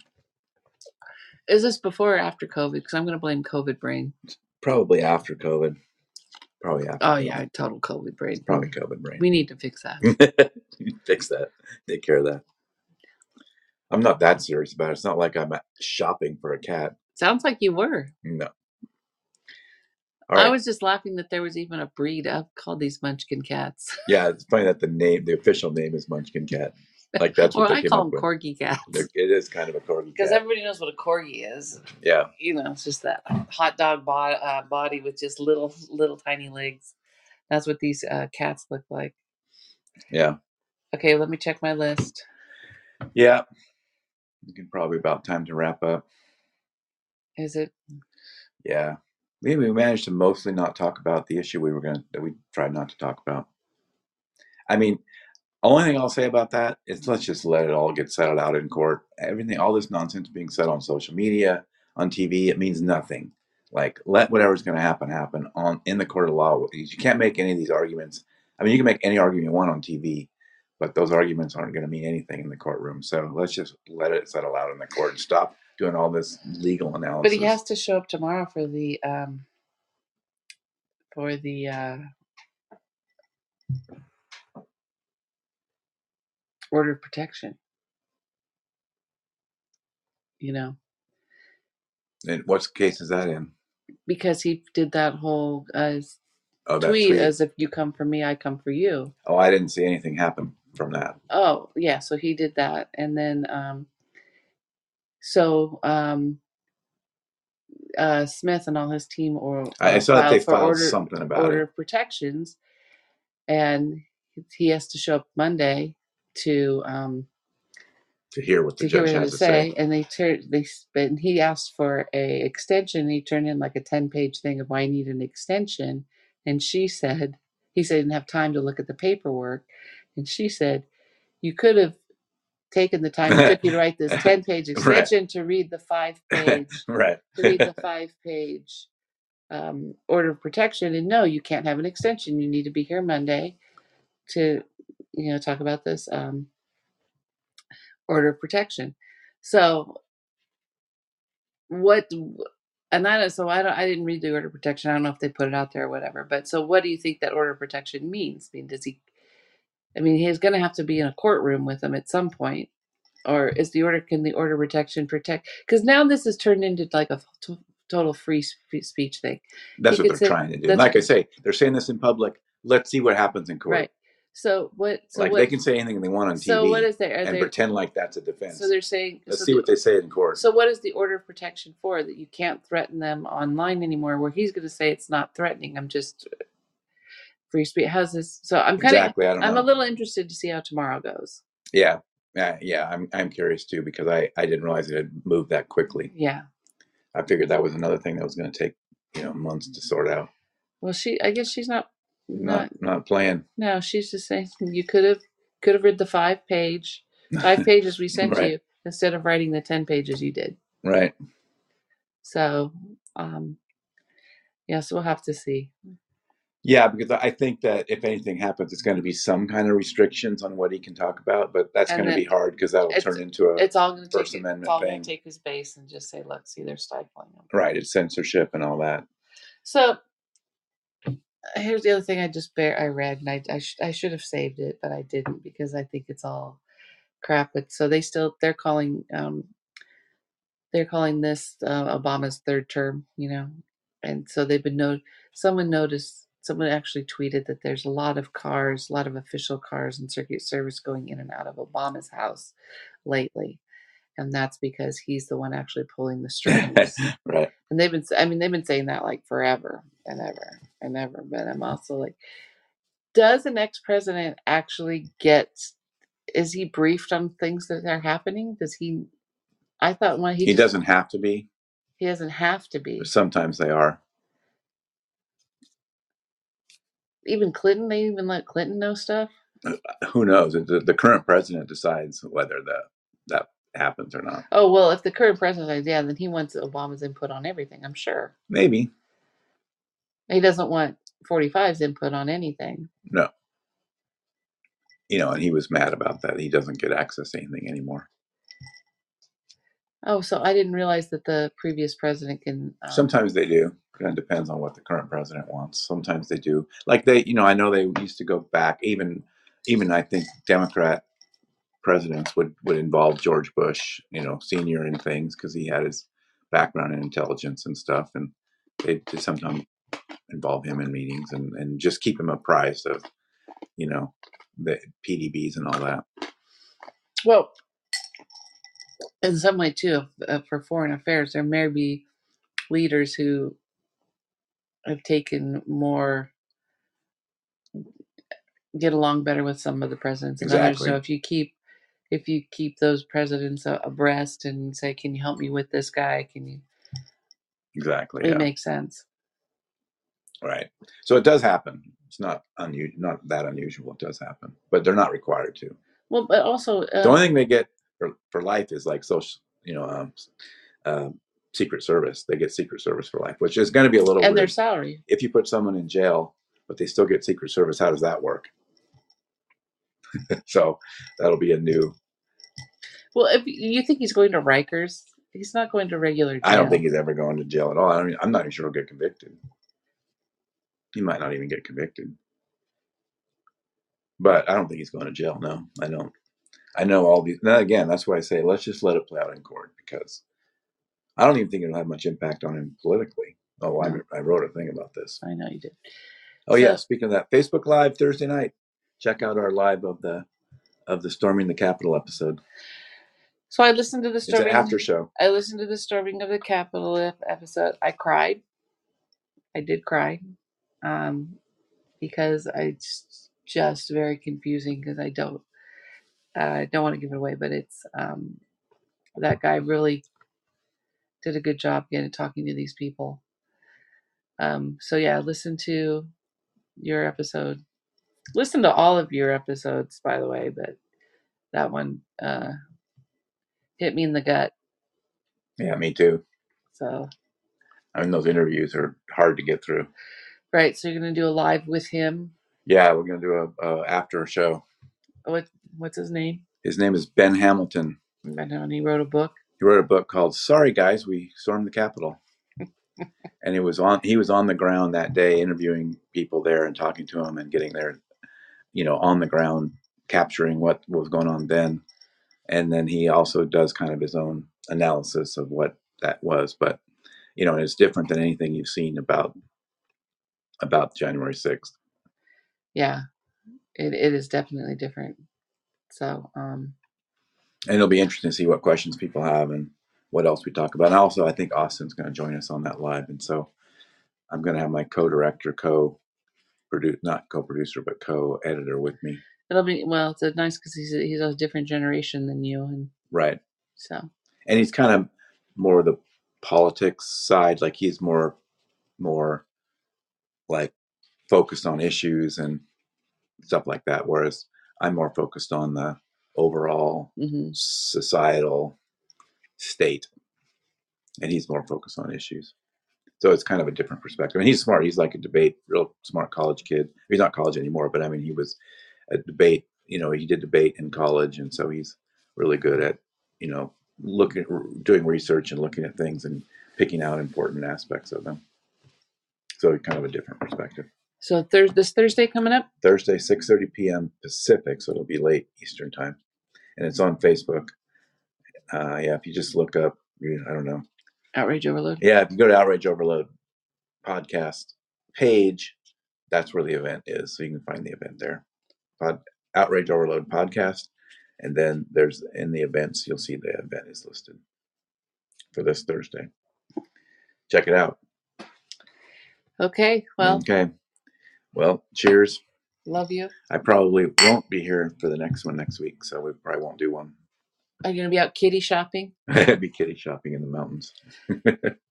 [SPEAKER 2] Is this before or after COVID? Because I'm going to blame COVID brain.
[SPEAKER 1] Probably after COVID. Probably after
[SPEAKER 2] Oh
[SPEAKER 1] COVID.
[SPEAKER 2] yeah, total COVID brain.
[SPEAKER 1] Probably Mm. COVID brain.
[SPEAKER 2] We need to fix that.
[SPEAKER 1] Fix that. Take care of that. I'm not that serious about it. It's not like I'm uh, shopping for a cat.
[SPEAKER 2] Sounds like you were.
[SPEAKER 1] No. All
[SPEAKER 2] I
[SPEAKER 1] right.
[SPEAKER 2] was just laughing that there was even a breed of called these Munchkin cats,
[SPEAKER 1] Yeah, it's funny that the name, the official name is Munchkin Cat. Like that's what they
[SPEAKER 2] or I
[SPEAKER 1] came
[SPEAKER 2] call
[SPEAKER 1] up
[SPEAKER 2] them
[SPEAKER 1] with.
[SPEAKER 2] corgi cats.
[SPEAKER 1] They're, it is kind of a corgi
[SPEAKER 2] because
[SPEAKER 1] cat.
[SPEAKER 2] everybody knows what a corgi is.
[SPEAKER 1] Yeah.
[SPEAKER 2] You know, it's just that hot dog bo- uh, body with just little, little tiny legs. That's what these uh, cats look like.
[SPEAKER 1] Yeah.
[SPEAKER 2] Okay, let me check my list.
[SPEAKER 1] Yeah. You can probably about time to wrap up.
[SPEAKER 2] Is it?
[SPEAKER 1] Yeah. We, we managed to mostly not talk about the issue we were going to, that we tried not to talk about. I mean, only thing I'll say about that is let's just let it all get settled out in court. Everything, all this nonsense being said on social media, on TV, it means nothing. Like, let whatever's going to happen happen on in the court of law. You can't make any of these arguments. I mean, you can make any argument you want on TV, but those arguments aren't going to mean anything in the courtroom. So let's just let it settle out in the court and stop doing all this legal
[SPEAKER 2] But he
[SPEAKER 1] analysis.
[SPEAKER 2] has to show up tomorrow for the um for the uh order of protection. You know,
[SPEAKER 1] And what case is that in?
[SPEAKER 2] because he did that whole uh,
[SPEAKER 1] Oh, that
[SPEAKER 2] tweet
[SPEAKER 1] tweet.
[SPEAKER 2] as if you come for me, I come for you.
[SPEAKER 1] Oh, I didn't see anything happen from that.
[SPEAKER 2] Oh yeah, so he did that, and then um so um uh, Smith and all his team or
[SPEAKER 1] I, I
[SPEAKER 2] uh,
[SPEAKER 1] saw that they
[SPEAKER 2] filed for
[SPEAKER 1] filed
[SPEAKER 2] order
[SPEAKER 1] something about
[SPEAKER 2] order
[SPEAKER 1] it.
[SPEAKER 2] of protections, and he has to show up Monday to um,
[SPEAKER 1] to hear what the
[SPEAKER 2] to hear
[SPEAKER 1] judge
[SPEAKER 2] what he had
[SPEAKER 1] has
[SPEAKER 2] to
[SPEAKER 1] to say.
[SPEAKER 2] say, and they turned they s- and he asked for a extension. He turned in like a ten page thing of why I need an extension, and she said he said he didn't have time to look at the paperwork, and she said you could have taken the time it took you to write this ten page
[SPEAKER 1] right,
[SPEAKER 2] extension to read the five page
[SPEAKER 1] right,
[SPEAKER 2] to read the five page um, order of protection, and no, you can't have an extension. You need to be here Monday to you know talk about this um, order of protection. So what and I don't so I don't I didn't read the order of protection. I don't know if they put it out there or whatever. But so what do you think that order of protection means? I mean, does he I mean he's gonna have to be in a courtroom with them at some point. Or is the order can the order of protection protect because now this is turned into like a t- total free sp- speech thing.
[SPEAKER 1] that's
[SPEAKER 2] He
[SPEAKER 1] what
[SPEAKER 2] could
[SPEAKER 1] they're
[SPEAKER 2] say
[SPEAKER 1] trying to do. And
[SPEAKER 2] that's
[SPEAKER 1] like I say, they're saying this in public. Let's see what happens in court.
[SPEAKER 2] right. So what so
[SPEAKER 1] Like they
[SPEAKER 2] what
[SPEAKER 1] can say anything they want on
[SPEAKER 2] so what
[SPEAKER 1] TV
[SPEAKER 2] is there are
[SPEAKER 1] and
[SPEAKER 2] there
[SPEAKER 1] pretend like that's a
[SPEAKER 2] so
[SPEAKER 1] defense.
[SPEAKER 2] they're saying
[SPEAKER 1] Let's
[SPEAKER 2] so
[SPEAKER 1] see
[SPEAKER 2] the
[SPEAKER 1] what they say in court.
[SPEAKER 2] So what is the order of protection for that you can't threaten them online anymore? Where he's going to say it's not threatening. I'm just uh, free speech. How's this? So I'm kind of
[SPEAKER 1] Exactly. I don't
[SPEAKER 2] I'm a
[SPEAKER 1] know.
[SPEAKER 2] little interested to see how tomorrow goes.
[SPEAKER 1] Yeah. Uh, yeah, I'm I'm curious too because I I didn't realize it had moved that quickly.
[SPEAKER 2] Yeah.
[SPEAKER 1] I figured that was another thing that was going to take you know months to sort out.
[SPEAKER 2] Well, she I guess she's not
[SPEAKER 1] Not
[SPEAKER 2] not
[SPEAKER 1] not playing
[SPEAKER 2] no. She's just saying you could have could have read the five page five pages we sent
[SPEAKER 1] right,
[SPEAKER 2] you instead of writing the ten pages you did.
[SPEAKER 1] right.
[SPEAKER 2] So um yeah, so we'll have to see.
[SPEAKER 1] Yeah, because I I think that if anything happens, it's going to be some kind of restrictions on what he can talk about, but that's
[SPEAKER 2] And
[SPEAKER 1] going to
[SPEAKER 2] then
[SPEAKER 1] be hard because that'll
[SPEAKER 2] it's
[SPEAKER 1] turn into a
[SPEAKER 2] it's all going to take
[SPEAKER 1] First
[SPEAKER 2] it. It's
[SPEAKER 1] Amendment
[SPEAKER 2] all going to
[SPEAKER 1] thing.
[SPEAKER 2] take his base and just say, look, see, they're stifling him.
[SPEAKER 1] Right, it's censorship and all that.
[SPEAKER 2] So here's the other thing I just bear I read and I I, sh- I should have saved it but I didn't because I think it's all crap. But so they still they're calling um they're calling this uh, Obama's third term, you know, and so they've been no someone noticed someone actually tweeted that there's a lot of cars, a lot of official cars and circuit service going in and out of Obama's house lately, and that's because he's the one actually pulling the strings.
[SPEAKER 1] right.
[SPEAKER 2] And they've been s- I mean they've been saying that like forever and ever and ever. But I'm also like does an ex president actually get is he briefed on things that are happening does he i thought when he
[SPEAKER 1] He
[SPEAKER 2] just
[SPEAKER 1] doesn't have to be.
[SPEAKER 2] he doesn't have to be
[SPEAKER 1] Sometimes they are.
[SPEAKER 2] even clinton they even let clinton know stuff
[SPEAKER 1] Who knows? The, the current president decides whether that that happens or not.
[SPEAKER 2] oh well if the current president says yeah then he wants obama's input on everything i'm sure
[SPEAKER 1] Maybe.
[SPEAKER 2] he doesn't want 45's input on anything
[SPEAKER 1] No. You know, and he was mad about that. He doesn't get access to anything anymore.
[SPEAKER 2] oh so i didn't realize that the previous president can um
[SPEAKER 1] Sometimes they do. Kind of depends on what the current president wants. Sometimes they do. Like they, you know, I know they used to go back. Even, even I think Democrat presidents would would involve George Bush, you know, senior in things because he had his background in intelligence and stuff, and they did sometimes involve him in meetings and and just keep him apprised of you know the PDBs and all that.
[SPEAKER 2] well in some way too uh, for foreign affairs there may be leaders who have taken more get along better with some of the presidents than others. So
[SPEAKER 1] Exactly.
[SPEAKER 2] if you keep if you keep those presidents a- abreast and say, "Can you help me with this guy?" Can you?
[SPEAKER 1] Exactly.
[SPEAKER 2] It
[SPEAKER 1] Oh, Yeah.
[SPEAKER 2] makes sense.
[SPEAKER 1] Right. So it does happen. It's not unu- not that unusual. It does happen, but they're not required to.
[SPEAKER 2] Well, but also,
[SPEAKER 1] The
[SPEAKER 2] uh,
[SPEAKER 1] only thing they get for, for life is like social, you know, um, uh, Secret Service. They get Secret Service for life, which is going to be a little
[SPEAKER 2] and their
[SPEAKER 1] weird.
[SPEAKER 2] salary.
[SPEAKER 1] If you put someone in jail, but they still get Secret Service, how does that work? so that'll be a new.
[SPEAKER 2] Well, if you think he's going to Rikers, he's not going to regular
[SPEAKER 1] I don't think
[SPEAKER 2] jail.
[SPEAKER 1] he's ever going to jail at all. I don't, e, I'm not even sure he'll get convicted. He might not even get convicted, but I don't think he's going to jail. No, I don't. I know all these. Now again, that's why I say let's just let it play out in court because I don't even think it'll have much impact on him politically. Oh, I,
[SPEAKER 2] No,
[SPEAKER 1] I wrote a thing about this.
[SPEAKER 2] I know you did.
[SPEAKER 1] Oh yeah,
[SPEAKER 2] So
[SPEAKER 1] speaking of that, Facebook Live Thursday night. Check out our live of the of the storming the Capitol episode.
[SPEAKER 2] So I listened to the
[SPEAKER 1] It's an
[SPEAKER 2] storming.
[SPEAKER 1] after show.
[SPEAKER 2] I listened to the storming of the Capitol ep- episode. I cried. I did cry um, because I just, just very confusing because I don't. I don't want to give it away, but it's um, that guy really did a good job getting talking to these people. Um, so yeah, listen to your episode. Listen to all of your episodes, by the way, but that one uh, hit me in the gut.
[SPEAKER 1] Yeah, me too.
[SPEAKER 2] So
[SPEAKER 1] I mean, those interviews are hard to get through.
[SPEAKER 2] right, so you're gonna do a live with him.
[SPEAKER 1] Yeah, we're gonna do a, a after show.
[SPEAKER 2] What what's his name?
[SPEAKER 1] His name is Ben Hamilton.
[SPEAKER 2] I know, and he wrote a book.
[SPEAKER 1] He wrote a book called "Sorry Guys, We Stormed the Capitol," and it was on. He was on the ground that day, interviewing people there and talking to them and getting their, you know, on the ground, capturing what was going on then. And then he also does kind of his own analysis of what that was. But you know, it's different than anything you've seen about about January sixth.
[SPEAKER 2] Yeah, it, it is definitely different. So um,
[SPEAKER 1] and it'll be interesting to see what questions people have and what else we talk about. And also, I think Austin's going to join us on that live, and so I'm going to have my co-director, co-produce, not co-producer, but co-editor with me.
[SPEAKER 2] it'll be well. It's a nice because he's a, he's a different generation than you, and
[SPEAKER 1] Right,
[SPEAKER 2] so
[SPEAKER 1] and he's kind of more the politics side. Like he's more more like focused on issues and stuff like that, whereas I'm more focused on the overall
[SPEAKER 2] hmm
[SPEAKER 1] societal state, and he's more focused on issues. So it's kind of a different perspective. And he's smart. He's like a debate, real smart college kid. He's not college anymore, but I mean, he was a debate. You know, he did debate in college, and so he's really good at you know looking, doing research and looking at things and picking out important aspects of them. So kind of a different perspective.
[SPEAKER 2] so Thurs this Thursday coming up.
[SPEAKER 1] Thursday, six thirty p.m. Pacific, so it'll be late Eastern time, and it's on Facebook. Uh, yeah, if you just look up, you know, I don't know.
[SPEAKER 2] Outrage Overload.
[SPEAKER 1] Yeah, if you go to Outrage Overload podcast page, that's where the event is. So you can find the event there. Pod, Outrage Overload podcast. And then there's in the events, you'll see the event is listed for this Thursday. Check it out.
[SPEAKER 2] Okay, well,
[SPEAKER 1] Okay. Well, cheers.
[SPEAKER 2] love you.
[SPEAKER 1] I probably won't be here for the next one next week. So we probably won't do one.
[SPEAKER 2] Are you gonna be out kitty shopping?
[SPEAKER 1] I'd be kitty shopping in the mountains.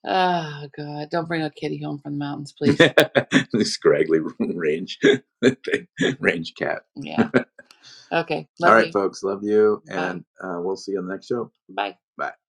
[SPEAKER 2] Oh God, don't bring a kitty home from the mountains, please.
[SPEAKER 1] the scraggly range, range cat.
[SPEAKER 2] yeah. Okay. Love
[SPEAKER 1] All right,
[SPEAKER 2] you.
[SPEAKER 1] folks. Love you.
[SPEAKER 2] Bye.
[SPEAKER 1] And uh, we'll see you on the next show.
[SPEAKER 2] Bye.
[SPEAKER 1] Bye.